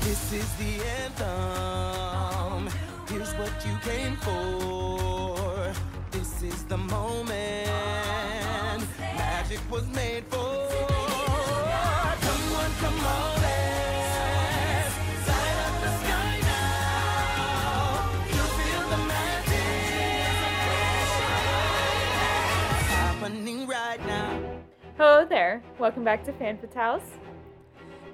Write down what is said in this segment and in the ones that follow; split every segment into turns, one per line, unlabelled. This is the anthem. Here's what you came for. This is the moment magic was made for. Come on, come on. let's light up the sky now. You'll feel the magic happening Right now.
Hello there. Welcome back to Fan Fatales.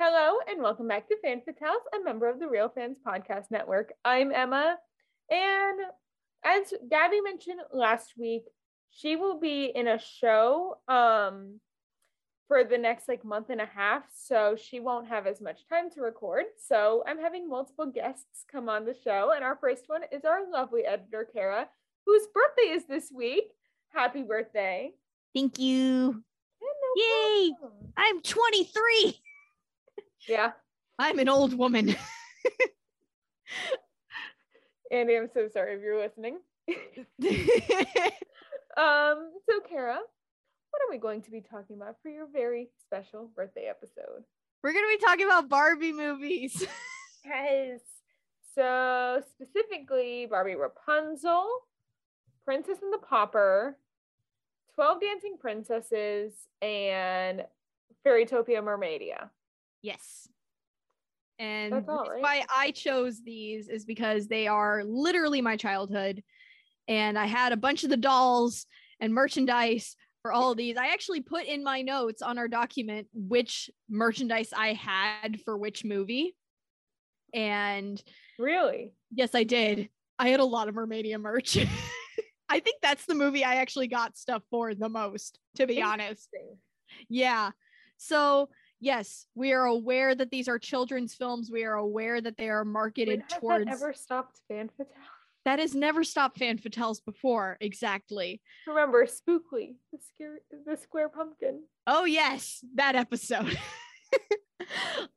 Hello and welcome back to Fan Fatales, a member of the Real Fans Podcast Network. I'm Emma. And as Gabby mentioned last week, she will be in a show um, for the next like month and a half. So she won't have as much time to record. So I'm having multiple guests come on the show. And our first one is our lovely editor, Kara, whose birthday is this week. Happy birthday.
Thank you.
Yeah, no
Yay!
problem.
I'm 23.
Yeah.
I'm an old woman.
Andy, I'm so sorry if you're listening. Um, so Kara, what are we going to be talking about for your very special birthday episode?
We're going to be talking about Barbie movies.
Yes. So specifically Barbie Rapunzel, Princess and the Pauper, 12 Dancing Princesses, and Fairytopia Mermaidia.
Yes. And
That's all, right?
the reason why I chose these is because they are literally my childhood. And I had a bunch of the dolls and merchandise for all of these. I actually put in my notes on our document which merchandise I had for which movie. And
Really?
Yes, I did. I had a lot of Mermaidia merch. I think that's the movie I actually got stuff for the most, to be honest.
Interesting.
Yeah. So, yes, we are aware that these are children's films. We are aware that they are
When
marketed
has
towards
that ever stopped fan fatale?
that has never stopped fan fatales before. Exactly.
Remember Spookly, the scare the square pumpkin.
Oh, yes, that episode.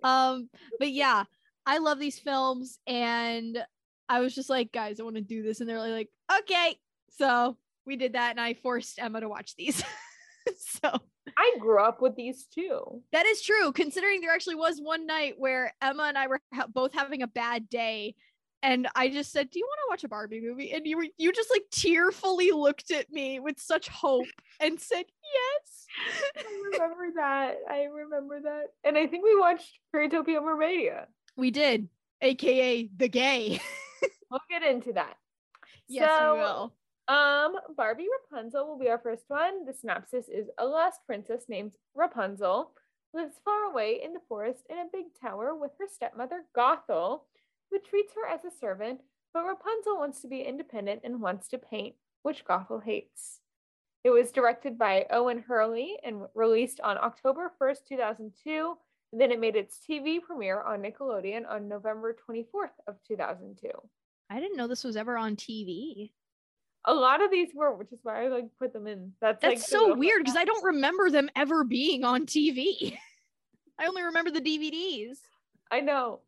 um, but yeah, I love these films. And I was just like, guys, I want to do this. And they're like, okay. So we did that. And I forced Emma to watch these. so
I grew up with these too.
that is true. Considering there actually was one night where Emma and I were ha- both having a bad day. And I just said, "Do you want to watch a Barbie movie?" And you were, you just like tearfully looked at me with such hope and said, "Yes."
I remember that. I remember that. And I think we watched Fairytopia Mermaidia.
We did, aka the gay.
We'll get into that.
Yes,
So,
we will.
Um, Barbie Rapunzel will be our first one. The synopsis is a lost princess named Rapunzel lives far away in the forest in a big tower with her stepmother Gothel, who treats her as a servant, but Rapunzel wants to be independent and wants to paint, which Gothel hates. It was directed by Owen Hurley and released on October 1st, 2002. And then it made its TV premiere on Nickelodeon on November 24th of 2002.
I didn't know this was ever on TV.
a lot of these were, which is why I like put them in. That's
That's
like, the
so
little-
weird because I don't remember them ever being on TV. I only remember the DVDs.
I know.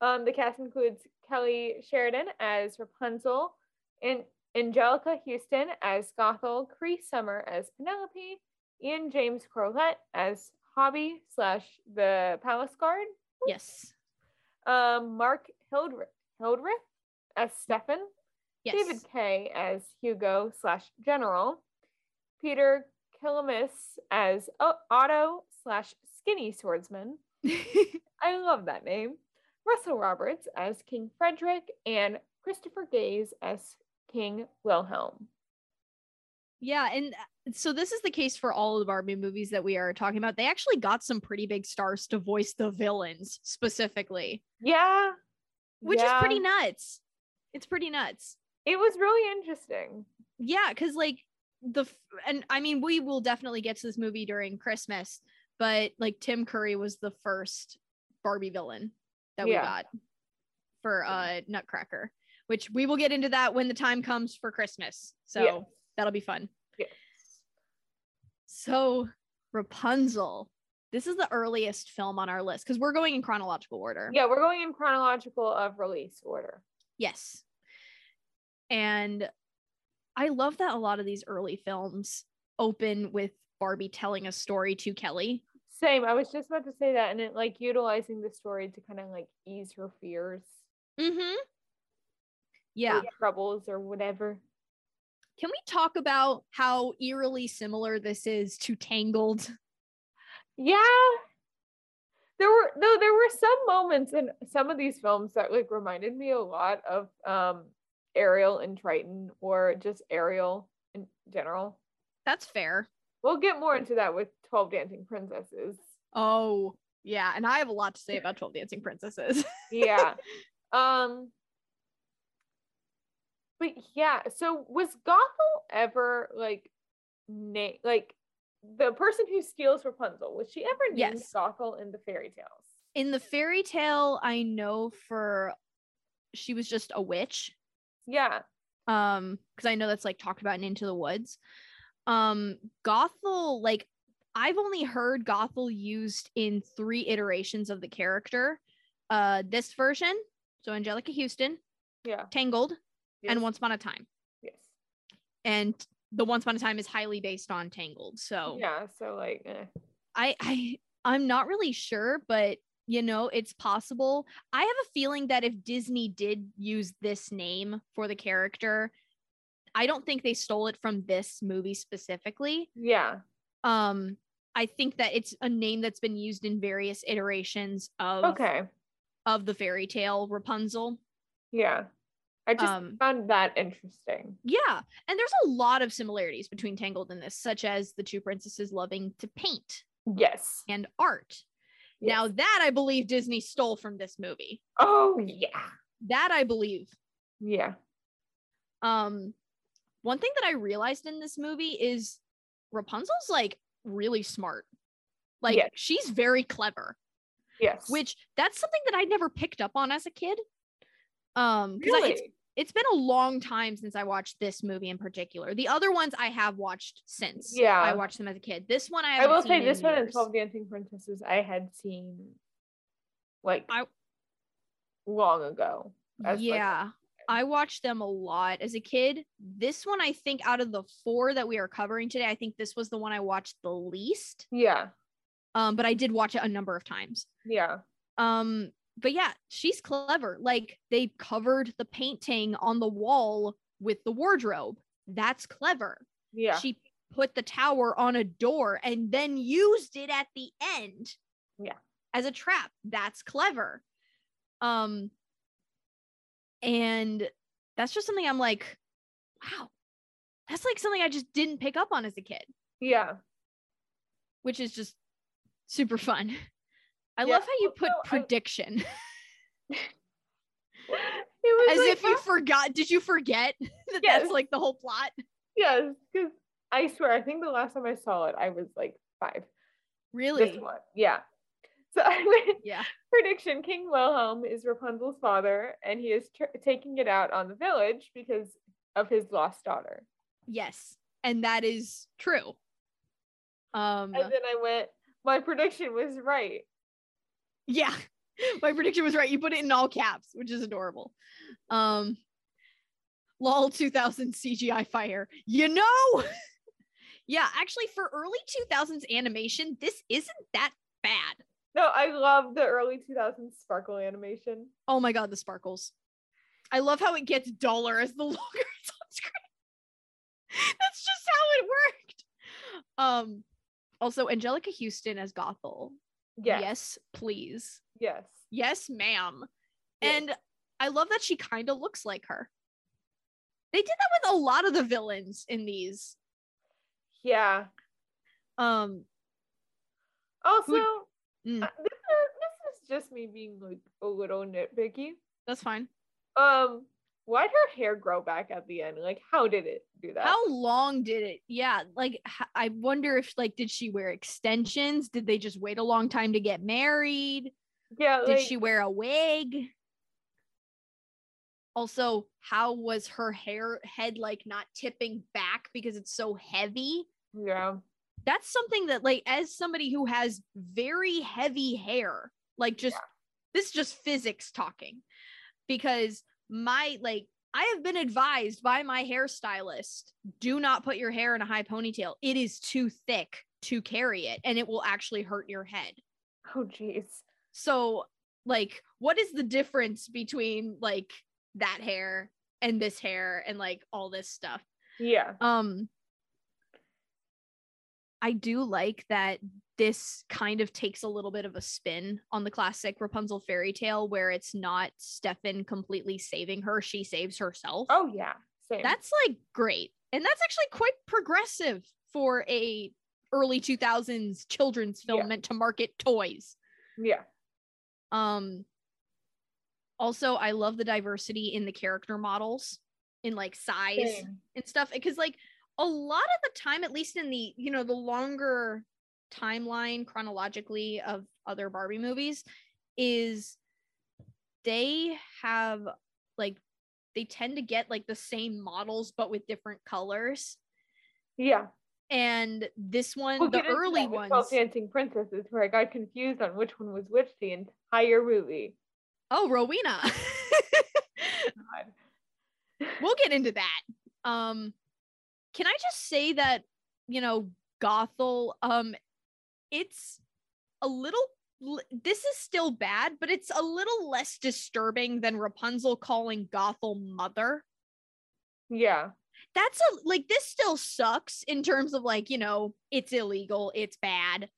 Um, the cast includes Kelly Sheridan as Rapunzel, and Angelica Houston as Gothel, Cree Summer as Penelope, Ian James Corlett as Hobby slash the Palace Guard,
Yes.
um, Mark Hildreth, Hildreth as Stefan,
Yes.
David Kay as Hugo slash General, Peter Killamis as O- Otto slash Skinny Swordsman. I love that name. Russell Roberts as King Frederick and Christopher Gaze as King Wilhelm.
yeah, and uh, so this is the case for all of the Barbie movies that we are talking about. They actually got some pretty big stars to voice the villains specifically,
Yeah,
which
yeah.
is pretty nuts. It's pretty nuts.
It was really interesting.
yeah because like the f- and i mean we will definitely get to this movie during christmas but like tim curry was the first barbie villain that we
Yeah.
got for uh Nutcracker, which we will get into that when the time comes for Christmas. So
Yes.
that'll be fun.
Yes.
So Rapunzel. This is the earliest film on our list because we're going in chronological order.
Yeah, we're going in chronological of release order.
Yes. And I love that a lot of these early films open with Barbie telling a story to Kelly.
Same. I was just about to say that, and it like utilizing the story to kind of like ease her fears,
Mm-hmm.
or
Yeah.
troubles, or whatever.
Can we talk about how eerily similar this is to Tangled?
Yeah. There were though there were some moments in some of these films that like reminded me a lot of um Ariel and Triton or just Ariel in general.
That's fair.
We'll get more into that with 12 Dancing Princesses.
Oh, yeah. And I have a lot to say about 12 Dancing Princesses.
Yeah. um But yeah, so was Gothel ever like name like the person who steals Rapunzel, was she ever named
Yes.
Gothel in the fairy tales?
In the fairy tale, I know for she was just a witch.
Yeah.
um because i know that's like talked about in into the woods um gothel like i've only heard gothel used in three iterations of the character uh this version so angelica houston
Yeah.
tangled
Yes.
and once upon a time
Yes.
and the once upon a time is highly based on tangled so
Yeah, so like, eh.
I I I'm not really sure, but you know, it's possible. I have a feeling that if Disney did use this name for the character, I don't think they stole it from this movie specifically.
yeah,
Um I think that it's a name that's been used in various iterations of
okay,
of the fairy tale Rapunzel.
yeah. I just
Um,
found that interesting.
Yeah, and there's a lot of similarities between Tangled and this, such as the two princesses loving to paint
Yes.
and art. Now
yes.
that I believe Disney stole from this movie.
oh yeah,
that i believe
yeah,
um one thing that i realized in this movie is rapunzel's like really smart like
Yes.
she's very clever
yes.
which that's something that i never picked up on as a kid um because
really?
it's, it's been a long time since i watched this movie in particular the other ones i have watched since
Yeah.
i watched them as a kid this one i
I
haven't
will say
seen
this
in
one and
years.
Twelve Dancing Princesses I had seen, like,
I-
long ago. as, like,
yeah i watched them a lot as a kid this one i think out of the four that we are covering today i think this was the one i watched the least
yeah,
um but i did watch it a number of times
yeah,
um but yeah she's clever like they covered the painting on the wall with the wardrobe that's clever
yeah,
she put the tower on a door and then used it at the end
Yeah.
as a trap that's clever um and that's just something i'm like wow that's like something i just didn't pick up on as a kid
yeah.
which is just super fun i
Yeah,
love how you put
also, I-
prediction
It was
as
like, oh,
if you forgot did you forget that
Yes.
that's like the whole plot
yes, because I swear I think the last time I saw it I was like five.
really
This one, yeah. So I went.
yeah
prediction King Wilhelm is Rapunzel's father, and he is tr- taking it out on the village because of his lost daughter.
yes and that is true um
And then I went, my prediction was right.
Yeah. My prediction was right. You put it in all caps, which is adorable. Um lol 2000 CGI fire. You know? yeah, actually for early 2000s animation, this isn't that bad.
No, I love the early 2000s sparkle animation.
Oh my god, the sparkles. I love how it gets duller as the longer it's on screen. That's just how it worked. Um also Angelica Houston as Gothel.
Yes. Yes.
yes please.
Yes.
Yes, ma'am.
Yes.
And I love that she kind of looks like her. They did that with a lot of the villains in these.
Yeah.
Um,
Also,
mm,
uh, this, is, this is just me being like a little nitpicky.
that's fine.
Um, why'd her hair grow back at the end? Like, how did it do that?
How long did it? Yeah, like h- I wonder if like did she wear extensions? Did they just wait a long time to get married?
yeah,
did
like,
she wear a wig? Also, how was her hair head like not tipping back because it's so heavy?
Yeah.
That's something that like as somebody who has very heavy hair, like just this is just physics talking. Because my like I have been advised by my hairstylist, do not put your hair in a high ponytail. It is too thick to carry it and it will actually hurt your head.
Oh, jeez.
So, like, what is the difference between like that hair and this hair and like all this stuff?
Yeah.
Um, I do like that this kind of takes a little bit of a spin on the classic Rapunzel fairy tale where it's not Stefan completely saving her, she saves herself.
Oh, yeah. Same.
That's like great. And that's actually quite progressive for a early 2000s children's film
Yeah.
meant to market toys.
yeah.
Um also I love the diversity in the character models in like size
Same.
and stuff because like a lot of the time at least in the you know the longer timeline chronologically of other barbie movies is they have like they tend to get like the same models but with different colors
Yeah.
and this one
We'll
the
get into
early
that with
ones
12 Dancing Princesses, where I got confused on which one was which the entire movie.
oh rowena
God.
we'll get into that. Um, can I just say that you know Gothel? Um, it's a little. l- This is still bad, but it's a little less disturbing than Rapunzel calling Gothel mother.
Yeah.
That's a like this still sucks in terms of like you know it's illegal, it's bad,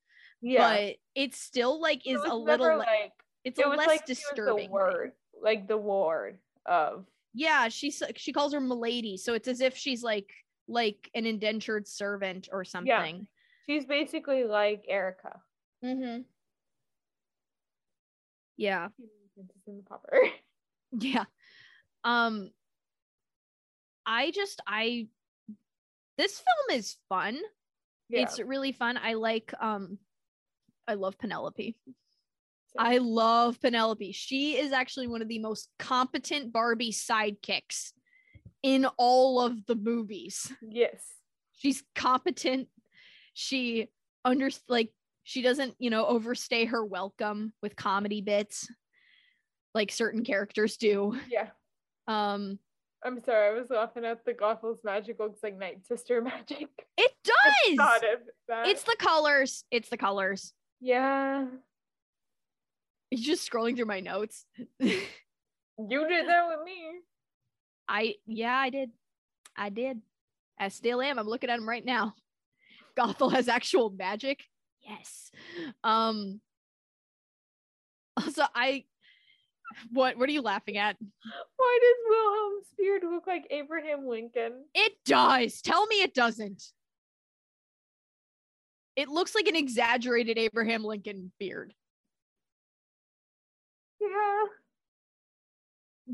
Yeah.
but it's still like
It
is
was
a little
never,
le-
like
it's
it
a
was
less
like she was
disturbing.
the word, like the ward of
yeah she's she calls her milady so it's as if she's like like an indentured servant or something
she's basically like Erica.
yeah, mm-hmm. yeah
Princess and the Pauper.
yeah um i just i this film is fun
Yeah,
it's really fun i like um i love penelope
so-
i love penelope she is actually one of the most competent barbie sidekicks in all of the movies
yes.
she's competent she under like she doesn't you know overstay her welcome with comedy bits like certain characters do
Yeah.
um
I'm sorry, I was laughing at the Gothel's magic looks like Night Sister magic.
it
I
does
thought of that.
it's the colors it's the colors
yeah.
You're just scrolling through my notes
You did that with me.
i yeah i did i did i still am i'm looking at him right now gothel has actual magic yes um also i what what are you laughing at
Why does Wilhelm um, Spear look like Abraham Lincoln?
It does. Tell me it doesn't. It looks like an exaggerated Abraham Lincoln beard.
Yeah.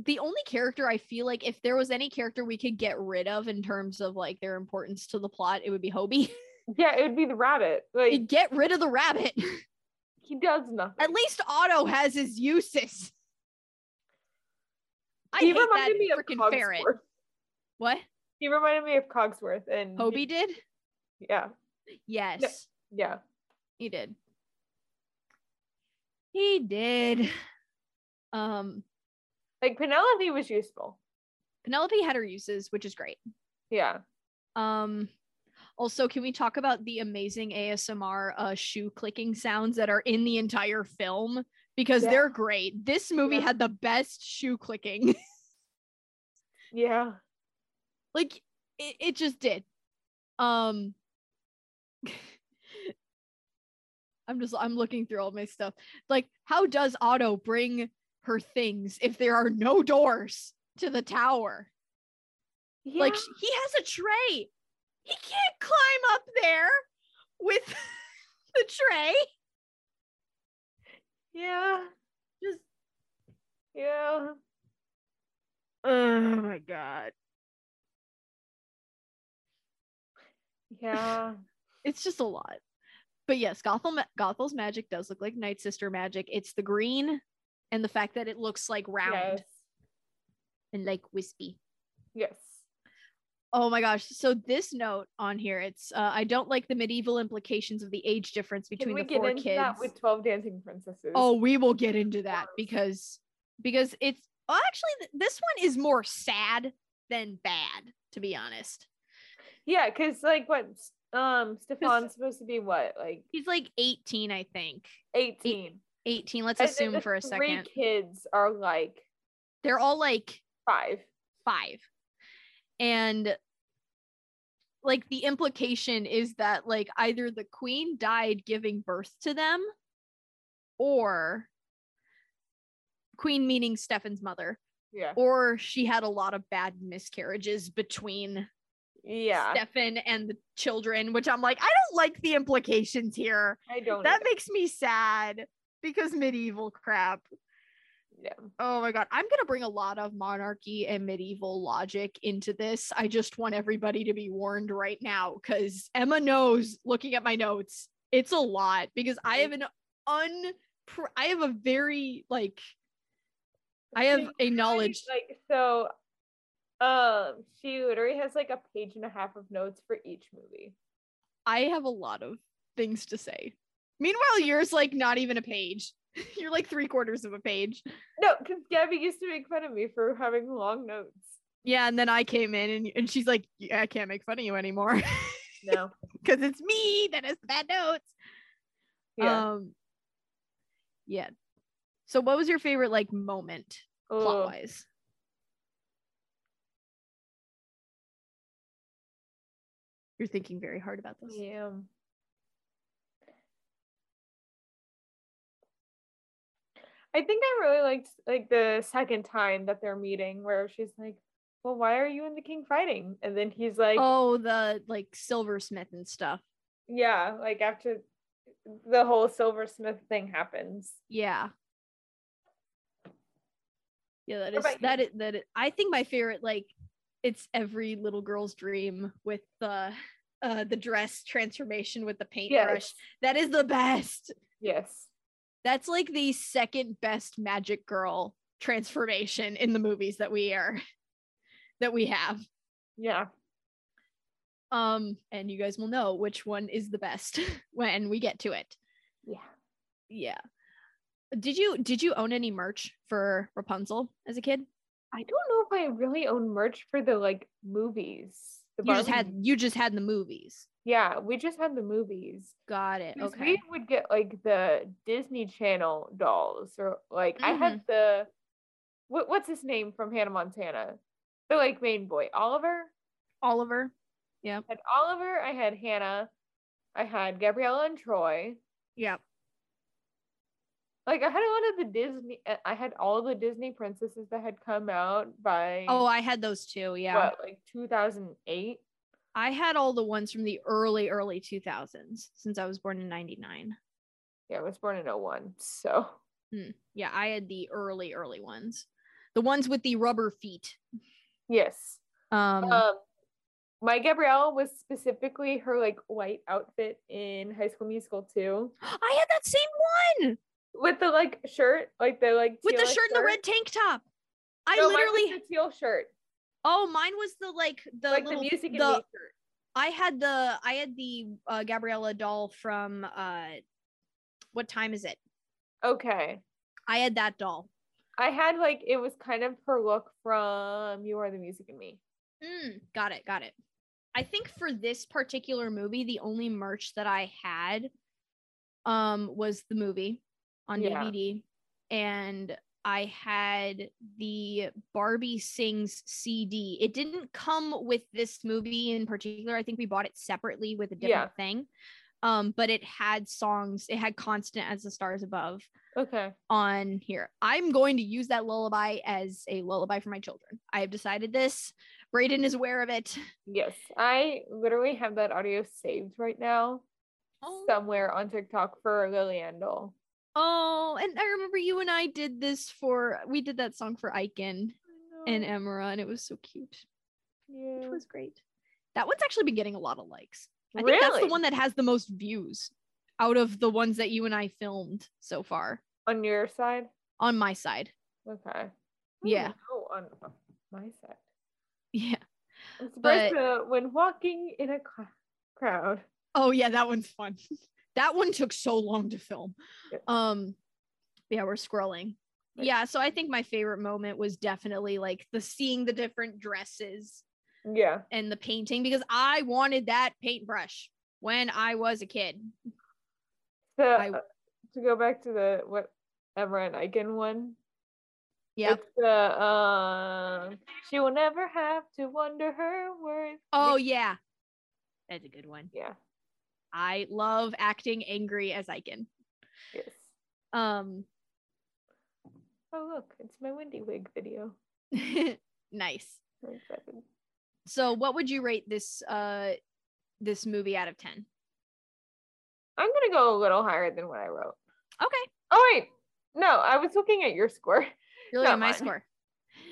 The only character I feel like if there was any character we could get rid of in terms of like their importance to the plot, it would be Hobie.
Yeah, it would be the rabbit. Like
get rid of the rabbit.
he does nothing.
At least Otto has his uses. I
he
hate that
reminded me of
freaking ferret.
Cogsworth.
What?
He reminded me of Cogsworth and
Hobie did?
Yeah.
Yes.
Yeah.
He did. He did. Um
Like Penelope was useful.
Penelope had her uses, which is great.
Yeah.
Um, also, can we talk about the amazing ASMR uh, shoe clicking sounds that are in the entire film? Because
Yeah.
they're great. This movie
Yeah.
had the best shoe clicking.
Yeah.
like it, it just did. Um, I'm just I'm looking through all my stuff. Like, how does Otto bring her things if there are no doors to the tower? Like
Yeah.
sh- he has a tray. He can't climb up there with the tray.
Yeah.
Just
Yeah.
oh my god.
Yeah.
It's just a lot. But yes, Gothel ma- Gothel's magic does look like Night Sister magic. It's the green and the fact that it looks like round.
yes.
and like wispy.
Yes.
Oh my gosh. So this note on here, it's uh, I don't like the medieval implications of the age difference
Can
between
we
the
get
four
into
kids.
that with Twelve Dancing Princesses?
oh, we will get into that
course.
because because it's well, actually th- this one is more sad than bad, to be honest.
yeah, because like what? Um, Stefan's supposed to be what, like
He's like 18, I think.
eighteen.
18, let's
And then
assume
the
for a
three
second.
kids are like
They're all like
five.
five. And like the implication is that like either the queen died giving birth to them or queen meaning Stefan's mother
Yeah.
or she had a lot of bad miscarriages between
Yeah.
Stefan and the children which I'm like I don't like the implications here.
I don't.
That
either.
makes me sad because medieval crap.
Yeah.
Oh my god, I'm going to bring a lot of monarchy and medieval logic into this. I just want everybody to be warned right now cuz Emma knows looking at my notes, it's a lot because I have an un I have a very like I have a knowledge.
Like so, um, she literally has like a page and a half of notes for each movie.
I have a lot of things to say. Meanwhile, yours like not even a page. You're like three quarters of a page.
No, because Gabby used to make fun of me for having long notes.
Yeah, and then I came in and, and she's like, yeah, I can't make fun of you anymore
No.
because it's me that has the bad notes.
Yeah.
Um Yeah. So what was your favorite like moment plot
Oh,
wise? You're thinking very hard about this.
yeah. I think I really liked like the second time that they're meeting where she's like, Well, why are you and the king fighting? And then he's like,
Oh, the like silversmith and stuff.
Yeah, like after the whole silversmith thing happens.
Yeah. Yeah, that
What
is
about you?
that is that. Is, I think my favorite, like, it's every little girl's dream with the uh the dress transformation with the paintbrush. That is the best.
Yes.
That's like the second best magic girl transformation in the movies that we are that we have.
Yeah.
Um, and you guys will know which one is the best when we get to it.
Yeah.
Yeah. Did you did you own any merch for Rapunzel as a kid?
I don't know if I really own merch for the like movies. The
you just
Barbie
had you just had the movies
Yeah, we just had the movies.
got it
'Cause
okay
We would get like the Disney Channel dolls, or like I had
Mm-hmm.
the what, what's his name from Hannah Montana, the like main boy Oliver.
oliver
I had Oliver. I had Hannah. I had Gabriella and Troy.
yeah
Like I had a lot of the Disney. uh, I- I had all the Disney princesses that had come out by
oh i had those too yeah
what like 2008.
i had all the ones from the early early 2000s since i was born in 99
Yeah, I was born in 01, so
yeah i had the early early ones the ones with the rubber feet
yes.
um
um my gabrielle was specifically her like white outfit in high school musical 2
i had that same one
with the like shirt like the like
with the
teal,
shirt
like,
and the red tank top i
No, mine was
literally
the teal shirt
oh mine was the like the
like
little-
the music and
the-
me shirt
I had the I had the uh, Gabriella doll from uh what time is it?
okay
I had that doll.
i had like it was kind of her look from you are the music and me
Mm, got it, got it. I think for this particular movie, the only merch that I had um was the movie on
Yeah.
DVD, and I had the Barbie Sings CD. It didn't come with this movie in particular. I think we bought it separately with a different thing. Um, but it had songs. It had "Constant as the Stars Above"
okay
on here. I'm going to use that lullaby as a lullaby for my children. I have decided this. Brayden is aware of it.
yes i literally have that audio saved right now Oh. somewhere on tiktok for lily endel
Oh, and I remember you and I did this for we did that song for Iken and
yeah.
Emra, and it was so cute.
Mm.
It was great. That one's actually been getting a lot of likes. I think that's the
Really?
one that has the most views out of the ones that you and I filmed so far
on your side
on my side.
okay
Yeah.
Oh, on my sect.
Yeah.
I'm surprised
But-
that when walking in a cl- crowd.
Oh yeah, that one's fun. that one took so long to film.
Yep.
Um yeah, we're scrolling.
Right.
Yeah, so I think my favorite moment was definitely like the seeing the different dresses
Yeah.
and the painting because I wanted that paintbrush when I was a kid.
So
I-
uh, to go back to the what Ever and Eichen one.
Yep.
It's the uh, she will never have to wonder her worth.
Oh yeah. That's a good one.
Yeah.
I love acting angry as I can.
Yes.
Um
Oh look, it's my Wendy wig video.
nice.
One second.
So what would you rate this uh this movie out of 10?
I'm gonna go a little higher than what I wrote.
Okay.
Oh wait, no, I was looking at your score.
You're looking
Not
at my
mine.
score.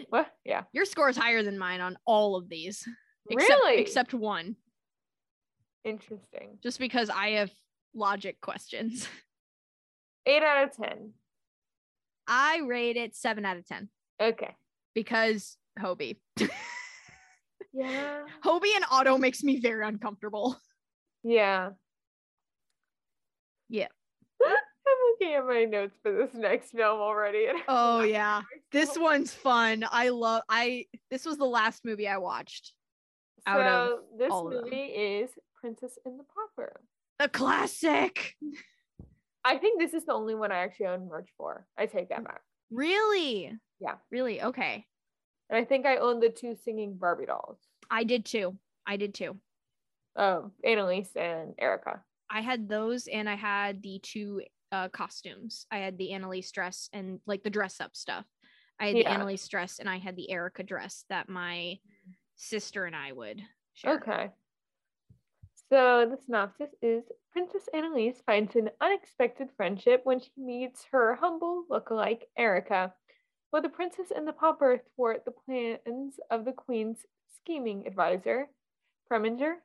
What? Yeah.
Your score is higher than mine on all of these. Except,
really?
Except one,
interesting.
just because I have logic questions.
Eight out of ten.
I rate it seven out of 10
Okay.
because Hobie.
Yeah.
Hobie and Otto makes me very uncomfortable.
Yeah.
Yeah.
I'm looking at my notes for this next film already. and I'm
Oh
like,
yeah. This one's fun. I love I this was the last movie I watched. out
So this
all of them.
movie is Princess and the Pauper.
A classic.
I think this is the only one I actually own merch for. I take
Mm.
that back.
Really?
Yeah.
Really? Okay.
And I think I own the two singing Barbie dolls,
I did too. I did too.
um, Annalise and Erica.
I had those and I had the two uh, costumes. I had the Annalise dress and like the dress up stuff. I had the
Yeah.
Annalise dress and I had the Erica dress that my sister and I would share.
Okay. So the synopsis is Princess Annalise finds an unexpected friendship when she meets her humble lookalike Erica. While the princess and the pauper thwart the plans of the queen's scheming advisor, Preminger.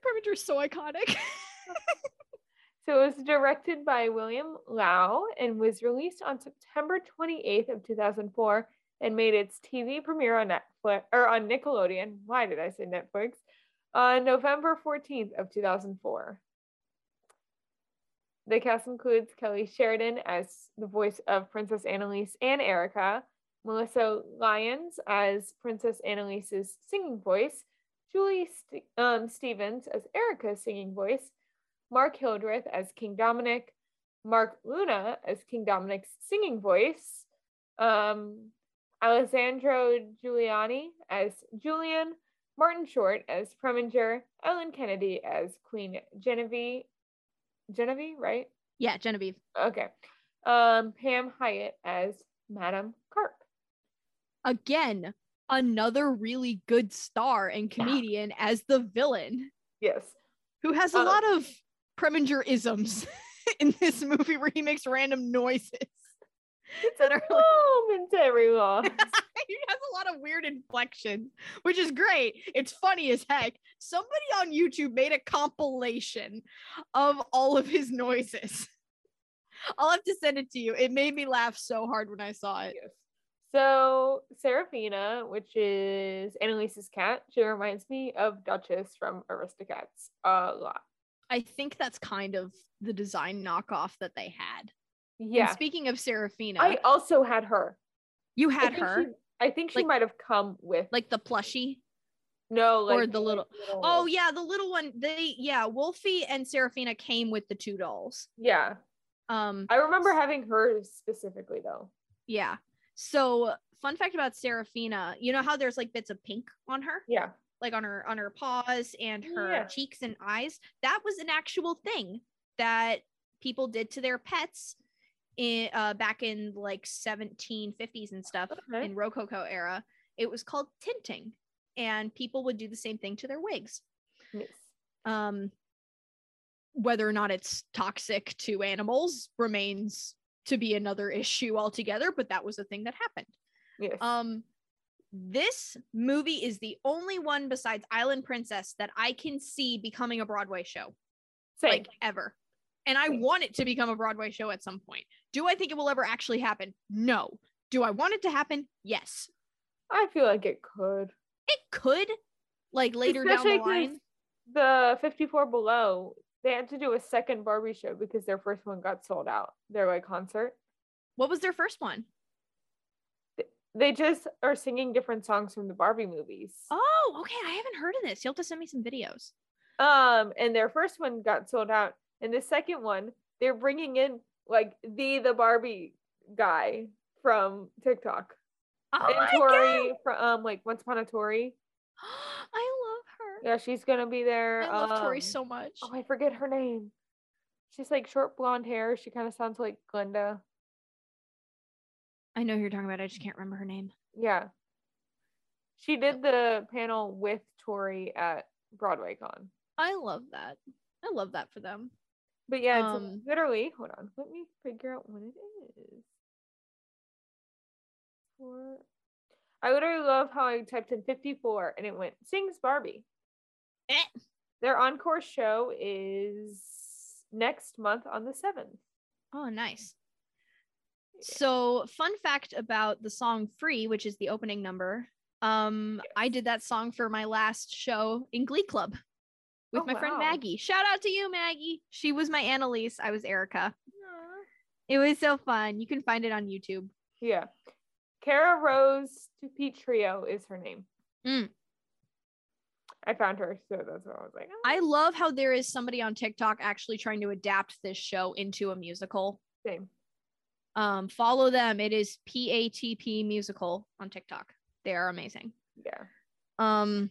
Perimeter's so iconic.
So it was directed by William Lau and was released on September 28th of 2004 and made its TV premiere on Netflix or on Nickelodeon. Why did I say Netflix? On November 14th of 2004. The cast includes Kelly Sheridan as the voice of Princess Annalise and Erica, Melissa Lyons as Princess Annalise's singing voice, Julie St- um, Stevens as Erica's singing voice, Mark Hildreth as King Dominic, Mark Luna as King Dominic's singing voice, um, Alessandro Giuliani as Julian, Martin Short as Preminger, Ellen Kennedy as Queen Genevieve, Genevieve, right?
yeah, Genevieve.
Okay. Um, Pam Hyatt as Madame Carp.
Again, another really good star and comedian as the villain
Yes.
who has a
Uh,
lot of Preminger isms in this movie where he makes random noises.
It's
that are like-
Moments, everyone.
he has a lot of weird inflection, which is great. It's funny as heck. Somebody on YouTube made a compilation of all of his noises. I'll have to send it to you. It made me laugh so hard when I saw it.
Yes. So Seraphina, which is Annalise's cat, she reminds me of Duchess from Aristocats a lot.
I think that's kind of the design knockoff that they had. And
Yeah.
speaking of Serafina,
I also had her.
you
I
had
think
her,
She, I think she
Like-
might have come with
like the plushie.
no, like
or the little- Oh yeah, the little one. They yeah, Wolfie and Serafina came with the two dolls.
yeah.
Um
I remember having her specifically though.
Yeah. So, fun fact about Serafina, you know how there's like bits of pink on her,
Yeah.
like on her on her paws and her
Yeah.
cheeks and eyes. That was an actual thing that people did to their pets in uh back in like 1750s and stuff
Okay.
in Rococo era. It was called tinting, and people would do the same thing to their wigs.
Yes.
Um whether or not it's toxic to animals remains to be another issue altogether, but that was a thing that happened.
Yes.
Um, this movie is the only one besides Island Princess that I can see becoming a Broadway show,
Same.
like ever. And I
Same.
want it to become a Broadway show at some point. Do I think it will ever actually happen? No. Do I want it to happen? Yes.
I feel like it could.
It could, like later down the
Especially 'cause
line.
The 54 Below, they had to do a second Barbie show because their first one got sold out, their like concert.
What was their first one?
They just are singing different songs from the Barbie movies.
Oh, okay. I haven't heard of this. You'll have to send me some videos.
Um, and their first one got sold out, and the second one they're bringing in like the the Barbie guy from TikTok
Oh
and
my God.
Tori from um, like Once Upon a Tori.
I love her.
Yeah, she's gonna be there.
I love Tori
um,
so much.
Oh, I forget her name. She's like short blonde hair. She kind of sounds like Glinda.
I know who you're talking about. I just can't remember her name.
Yeah. She did the panel with Tori at Broadway Con.
I love that. I love that for them.
But yeah, it's
Um,
literally, hold on, let me figure out what it is. Four. I literally love how I typed in 54 and it went sings Barbie.
Eh.
Their encore show is next month on the 7th.
Oh, nice. So, fun fact about the song Free, which is the opening number. Um, I did that song for my last show in Glee Club with
Oh,
my friend
wow.
Maggie. Shout out to you, Maggie. She was my Annalise. I was Erica. It was so fun. You can find it on YouTube.
Yeah. Kara Rose Petrio is her name.
Mm.
I found her, so that's what I was like. oh,
I love how there is somebody on TikTok actually trying to adapt this show into a musical.
same.
Um, follow them. It is PATP musical on TikTok. They are amazing.
Yeah.
Um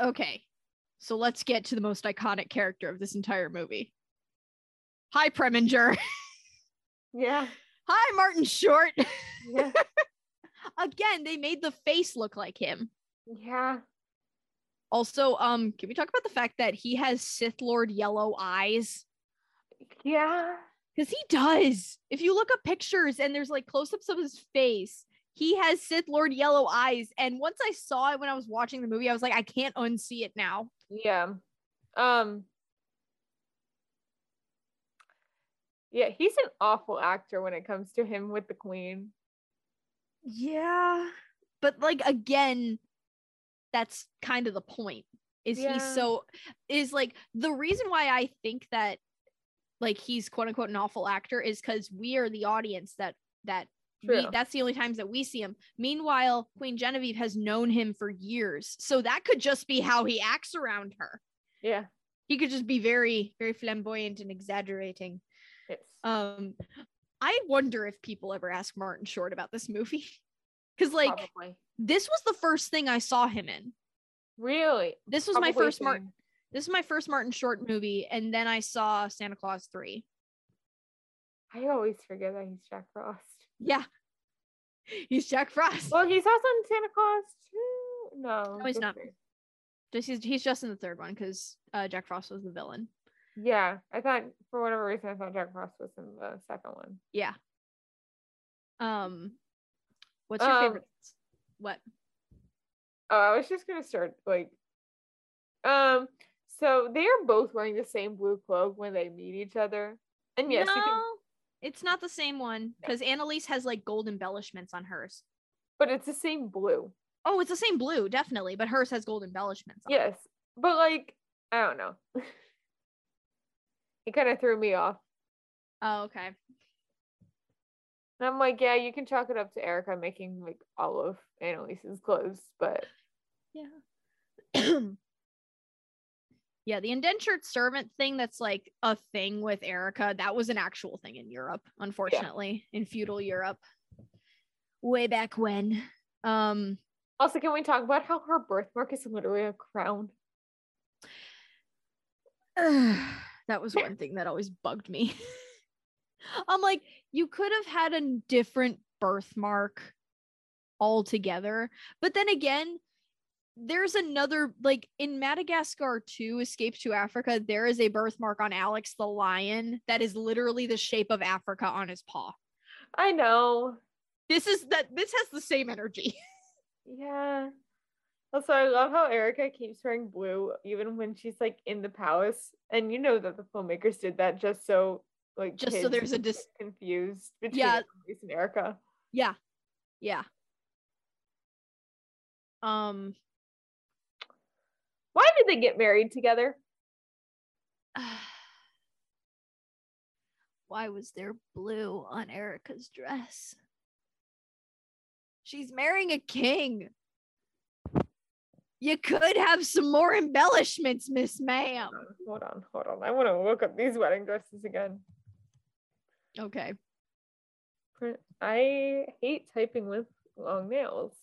Okay. So let's get to the most iconic character of this entire movie. Hi Preminger.
Yeah.
Hi Martin Short.
Yeah.
Again, they made the face look like him.
yeah.
Also, um can we talk about the fact that he has Sith Lord yellow eyes?
Yeah.
Cuz he does. If you look up pictures and there's like close-ups of his face, he has Sith Lord yellow eyes. And once I saw it when I was watching the movie, I was like I can't unsee it now.
Yeah. Um Yeah, he's an awful actor when it comes to him with the queen.
Yeah. But like again, that's kind of the point. Is
Yeah.
he so is like the reason why I think that like he's quote unquote an awful actor is because we are the audience that that we,
True.
that's the only times that we see him. Meanwhile, Queen Genevieve has known him for years. So that could just be how he acts around her.
Yeah.
He could just be very, very flamboyant and exaggerating.
Yes.
Um I wonder if people ever ask Martin Short about this movie. Cause like
probably.
this was the first thing I saw him in.
Really?
This was my
Probably
first Martin.
same.
This is my first Martin Short movie, and then I saw Santa Claus Three.
I always forget that he's Jack Frost.
Yeah, he's Jack Frost.
Well, he's also in Santa Claus too. No.
No, he's
that's
not.
weird.
Just- he's, he's just in the third one because uh, Jack Frost was the villain.
Yeah. I thought for whatever reason I thought Jack Frost was in the second one.
Yeah. Um, what's your
Um,
favorite? What?
Oh, I was just gonna start like um so they are both wearing the same blue cloak when they meet each other. And yes,
no,
you can
it's not the same one because Annalise has like gold embellishments on hers.
but it's the same blue.
Oh, it's the same blue, definitely, but hers has gold embellishments. On it.
Yes. But like, I don't know. it kind of threw me off.
Oh, okay.
And I'm like, yeah, you can chalk it up to Erica making like all of Annalise's clothes, but
yeah, the indentured servant thing that's like a thing with Erica, that was an actual thing in Europe, unfortunately, in feudal Europe. Way back when. Um
also can we talk about how her birthmark is literally a crown?
that was one thing that always bugged me. I'm like, you could have had a different birthmark altogether. But then again, there's another like in Madagascar 2 Escape to Africa, there is a birthmark on Alex the lion that is literally the shape of Africa on his paw.
I know.
This is that this has the same energy.
Yeah. Also, I love how Erica keeps wearing blue even when she's like in the palace. And you know that the filmmakers did that just so like
Just so
kids
there's a
wouldn't get
dis-
confused between
Yeah.
Annalise and Erica.
yeah. Yeah. Um,
Why did they get married together?
why was there blue on Erica's dress? She's marrying a king. You could have some more embellishments, Miss Ma'am.
Hold on, hold on. I want to look up these wedding dresses again.
Okay.
Print- I hate typing with long nails.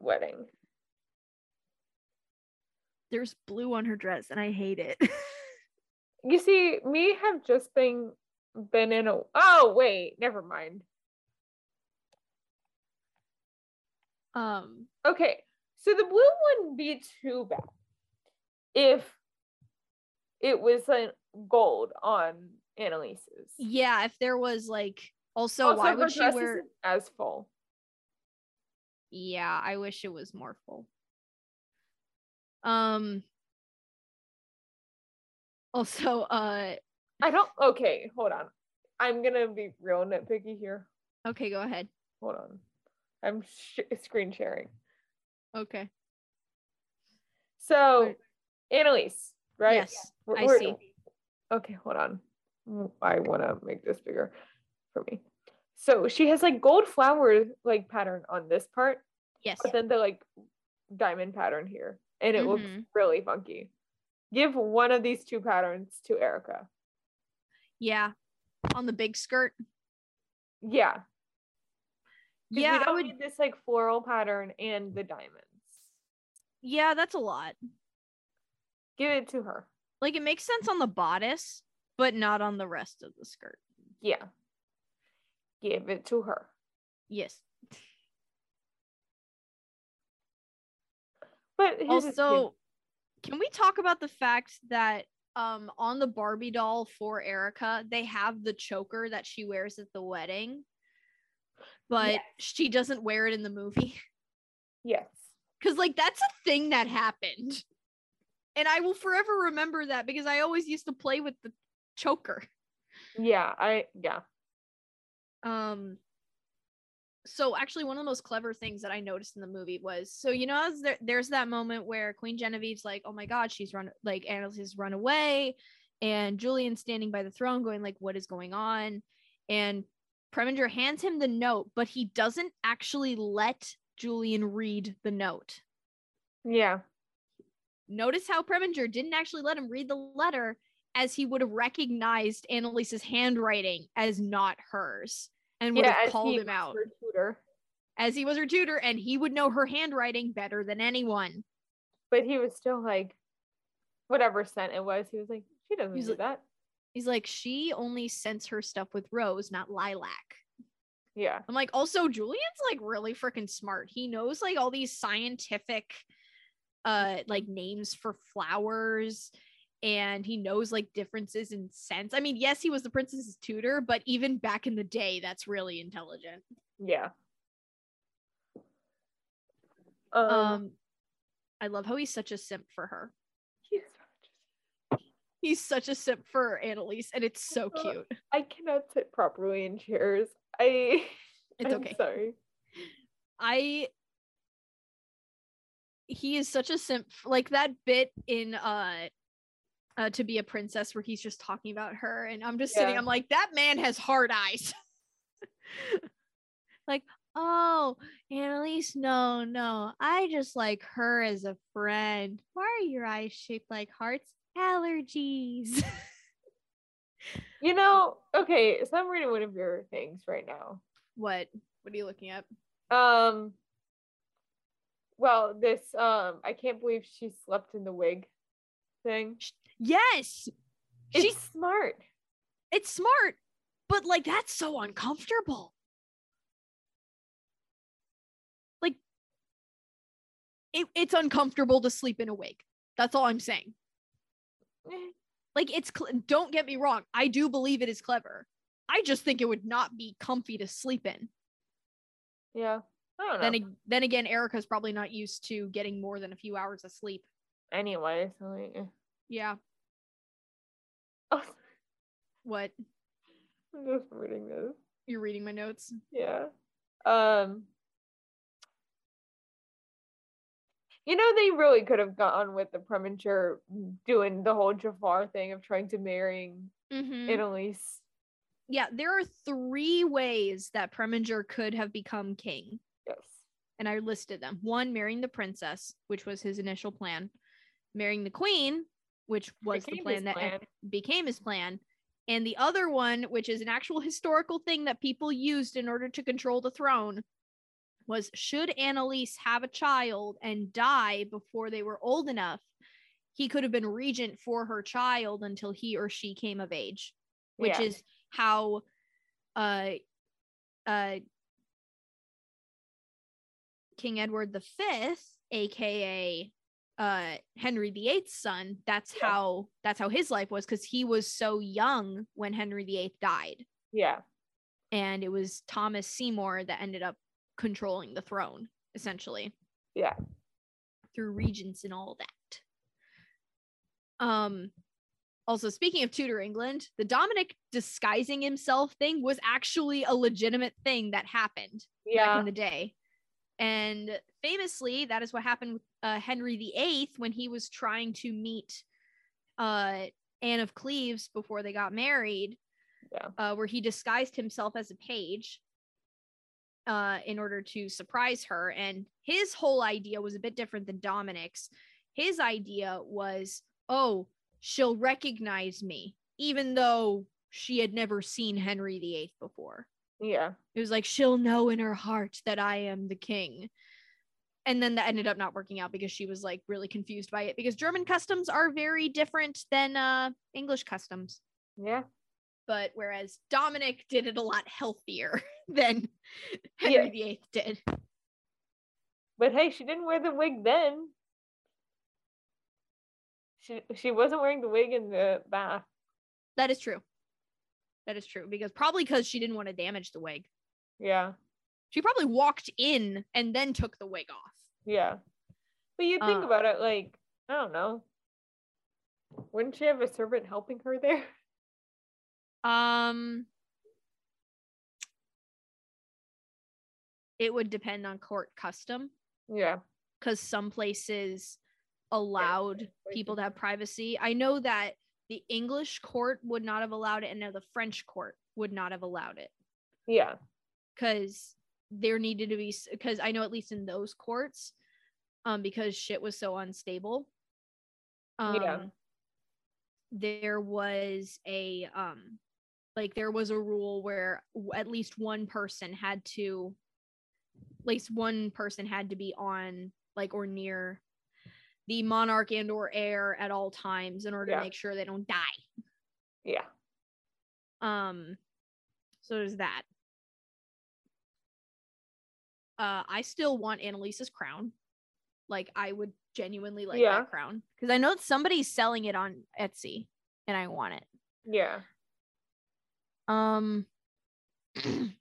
Wedding.
There's blue on her dress and I hate it.
You see, me have just been been in a oh wait, never mind.
um,
Okay, so the blue wouldn't be too bad if it was like gold on Annalise's.
yeah, if there was like also,
also,
why
her
would she
dress
wear
isn't as full?
Yeah, I wish it was more full. Um also uh
I don't. Okay, hold on. I'm gonna be real nitpicky here.
okay, go ahead.
Hold on. I'm sh- screen sharing.
Okay.
So, Annalise, right?
Yes,
We're-
I
we're-
see.
Okay, hold on. Mm, I want to make this bigger for me. So she has like gold flower like pattern on this part,
Yes.
but then the like diamond pattern here, and it looks
Mhm.
really funky. Give one of these two patterns to Erica.
Yeah. On the big skirt.
Yeah, 'cause
Yeah,
we
I
don't
would
need this like floral pattern and the diamonds.
yeah, that's a lot.
Give it to her.
Like it makes sense on the bodice, but not on the rest of the skirt.
Yeah, give it to her.
Yes.
But here's the thing.
also can we talk about the fact that um on the barbie doll for erica they have the choker that she wears at the wedding but
Yes.
she doesn't wear it in the movie
yes.
because like that's a thing that happened and i will forever remember that because i always used to play with the choker
Yeah, I yeah.
um so actually one of the most clever things that i noticed in the movie was so you know as there, there's that moment where queen genevieve's like oh my god she's run like annalise has run away and julian's standing by the throne going like what is going on and preminger hands him the note but he doesn't actually let julian read the note
Yeah.
notice how preminger didn't actually let him read the letter as he would have recognized annalise's handwriting as not hers and would
yeah,
have
as
called
he
him
was
out
her tutor,
as he was her tutor and he would know her handwriting better than anyone.
but he was still like whatever scent it was, he was like, She doesn't
He's
do
like-
that.
He's like, she only scents her stuff with rose, not lilac.
Yeah.
I'm like, also, Julian's like really freaking smart. He knows like all these scientific uh like names for flowers and he knows like differences in scents. I mean, yes, he was the princess's tutor, but even back in the day, that's really intelligent.
Yeah. Um,
Um I love how he's such a simp for her.
he's-
He's such a simp for Annalise, and it's so
Uh,
cute.
I cannot sit properly in chairs. I
It's
I'm
okay.
Sorry.
I he is such a simp like that bit in uh uh to be a princess where he's just talking about her and I'm just sitting
Yeah.
I'm like that man has hard eyes. like, "Oh, Annalise, no, no. I just like her as a friend. Why are your eyes shaped like hearts? Allergies."
You know, okay, so I'm reading one of your things right now.
what? What are you looking at?
Um well, this um I can't believe she slept in the wig thing.
Yes.
It's
She's
smart.
it's smart, but like that's so uncomfortable. Like it, it's uncomfortable to sleep in a wig. That's all I'm saying. Like it's cl- don't get me wrong, I do believe it is clever. I just think it would not be comfy to sleep in.
Yeah. I don't know.
Then ag- then again, Erica's probably not used to getting more than a few hours of sleep.
anyway, so like, eh.
Yeah.
Oh,
What?
I'm just reading this.
You're reading my notes.
Yeah. Um You know they really could have gone with the premature doing the whole Jafar thing of trying to marrying
Mm-hmm.
Mm-hmm. Annalise.
Yeah, there are three ways that Preminger could have become king,
Yes.
and I listed them. One, marrying the princess, which was his initial plan, marrying the queen, which was the
Became
plan
his
that
plan.
became his plan. And the other one, which is an actual historical thing that people used in order to control the throne, was should Annalise have a child and die before they were old enough, he could have been regent for her child until he or she came of age, which
Yeah.
is how uh uh King Edward the Fifth, aka uh Henry VIII's son, that's
Yeah.
how that's how his life was because he was so young when Henry VIII died,
yeah.
and it was Thomas Seymour that ended up controlling the throne essentially.
Yeah.
through regents and all that. Um. Also, speaking of Tudor England, the Dominic disguising himself thing was actually a legitimate thing that happened back
Yeah.
in the day. And famously, that is what happened with uh, Henry VIII when he was trying to meet uh, Anne of Cleves before they got married,
Yeah.
uh, where he disguised himself as a page uh, in order to surprise her. And his whole idea was a bit different than Dominic's. His idea was, oh, she'll recognize me, even though she had never seen Henry VIII before.
Yeah.
It was like she'll know in her heart that I am the king. And then that ended up not working out because she was like really confused by it because German customs are very different than uh English customs.
Yeah.
But whereas Dominic did it a lot healthier than Henry VIII did.
But hey, she didn't wear the wig then. She she wasn't wearing the wig in the bath.
That is true. That is true because probably because she didn't want to damage the wig.
Yeah.
She probably walked in and then took the wig off.
Yeah. But you think
Uh,
about it, like, I don't know. Wouldn't she have a servant helping her there?
Um, it would depend on court custom
Yeah.
because some places allowed people to have privacy. I know that the English court would not have allowed it, and now the French court would not have allowed it
Yeah.
because there needed to be because I know at least in those courts, um, because shit was so unstable. Um,
Yeah.
there was a um, like there was a rule where w- at least one person had to, at least one person had to be on like or near the monarch and or heir at all times in order
Yeah.
to make sure they don't die.
Yeah.
Um, so there's that. Uh, I still want Annalise's crown. Like, I would genuinely like
Yeah.
that crown because I know somebody's selling it on Etsy, and I want it.
Yeah.
Um,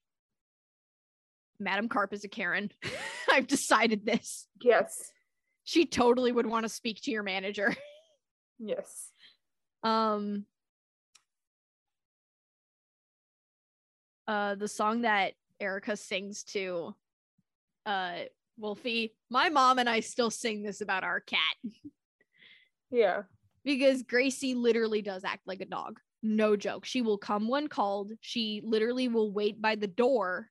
Madam Carp is a Karen. I've decided this.
Yes.
She totally would want to speak to your manager.
Yes.
Um, uh, the song that Erica sings to uh, Wolfie, my mom and I still sing this about our cat
Yeah.
because Gracie literally does act like a dog. No joke. She will come when called. She literally will wait by the door,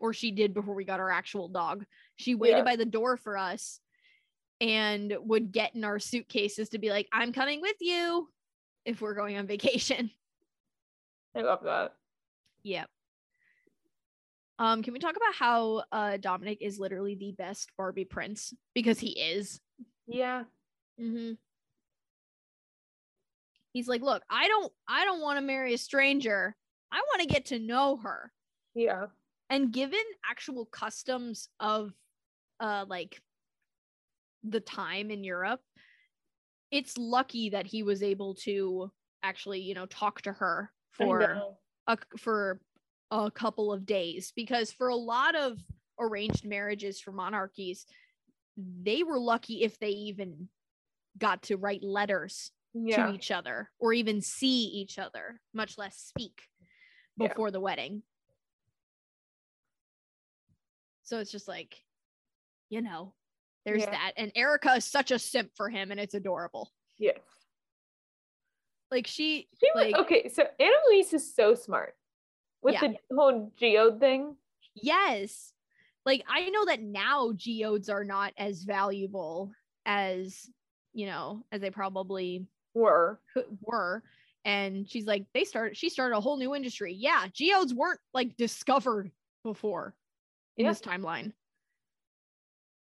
or she did before we got our actual dog. She waited
Yeah.
by the door for us and would get in our suitcases to be like, I'm coming with you if we're going on vacation.
I love that.
Yep. Um, can we talk about how uh Dominic is literally the best Barbie prince because he is.
Yeah.
Mm-hmm. He's like, look, I don't, I don't want to marry a stranger. I want to get to know her.
Yeah.
And given actual customs of, uh, like, the time in Europe, it's lucky that he was able to actually, you know, talk to her
I
for
know.
a, for a couple of days because for a lot of arranged marriages for monarchies they were lucky if they even got to write letters
Yeah.
to each other or even see each other much less speak
Yeah.
before the wedding So it's just like, you know, there's
Yeah.
that. And Erica is such a simp for him, and it's adorable.
Yes.
Like she,
She was
like
okay. So Annalise is so smart with
Yeah.
the whole geode thing.
yes, like I know that now geodes are not as valuable as you know as they probably
Were
could- were. And she's like, they started. She started a whole new industry. Yeah, geodes weren't like discovered before in
Yeah.
this timeline.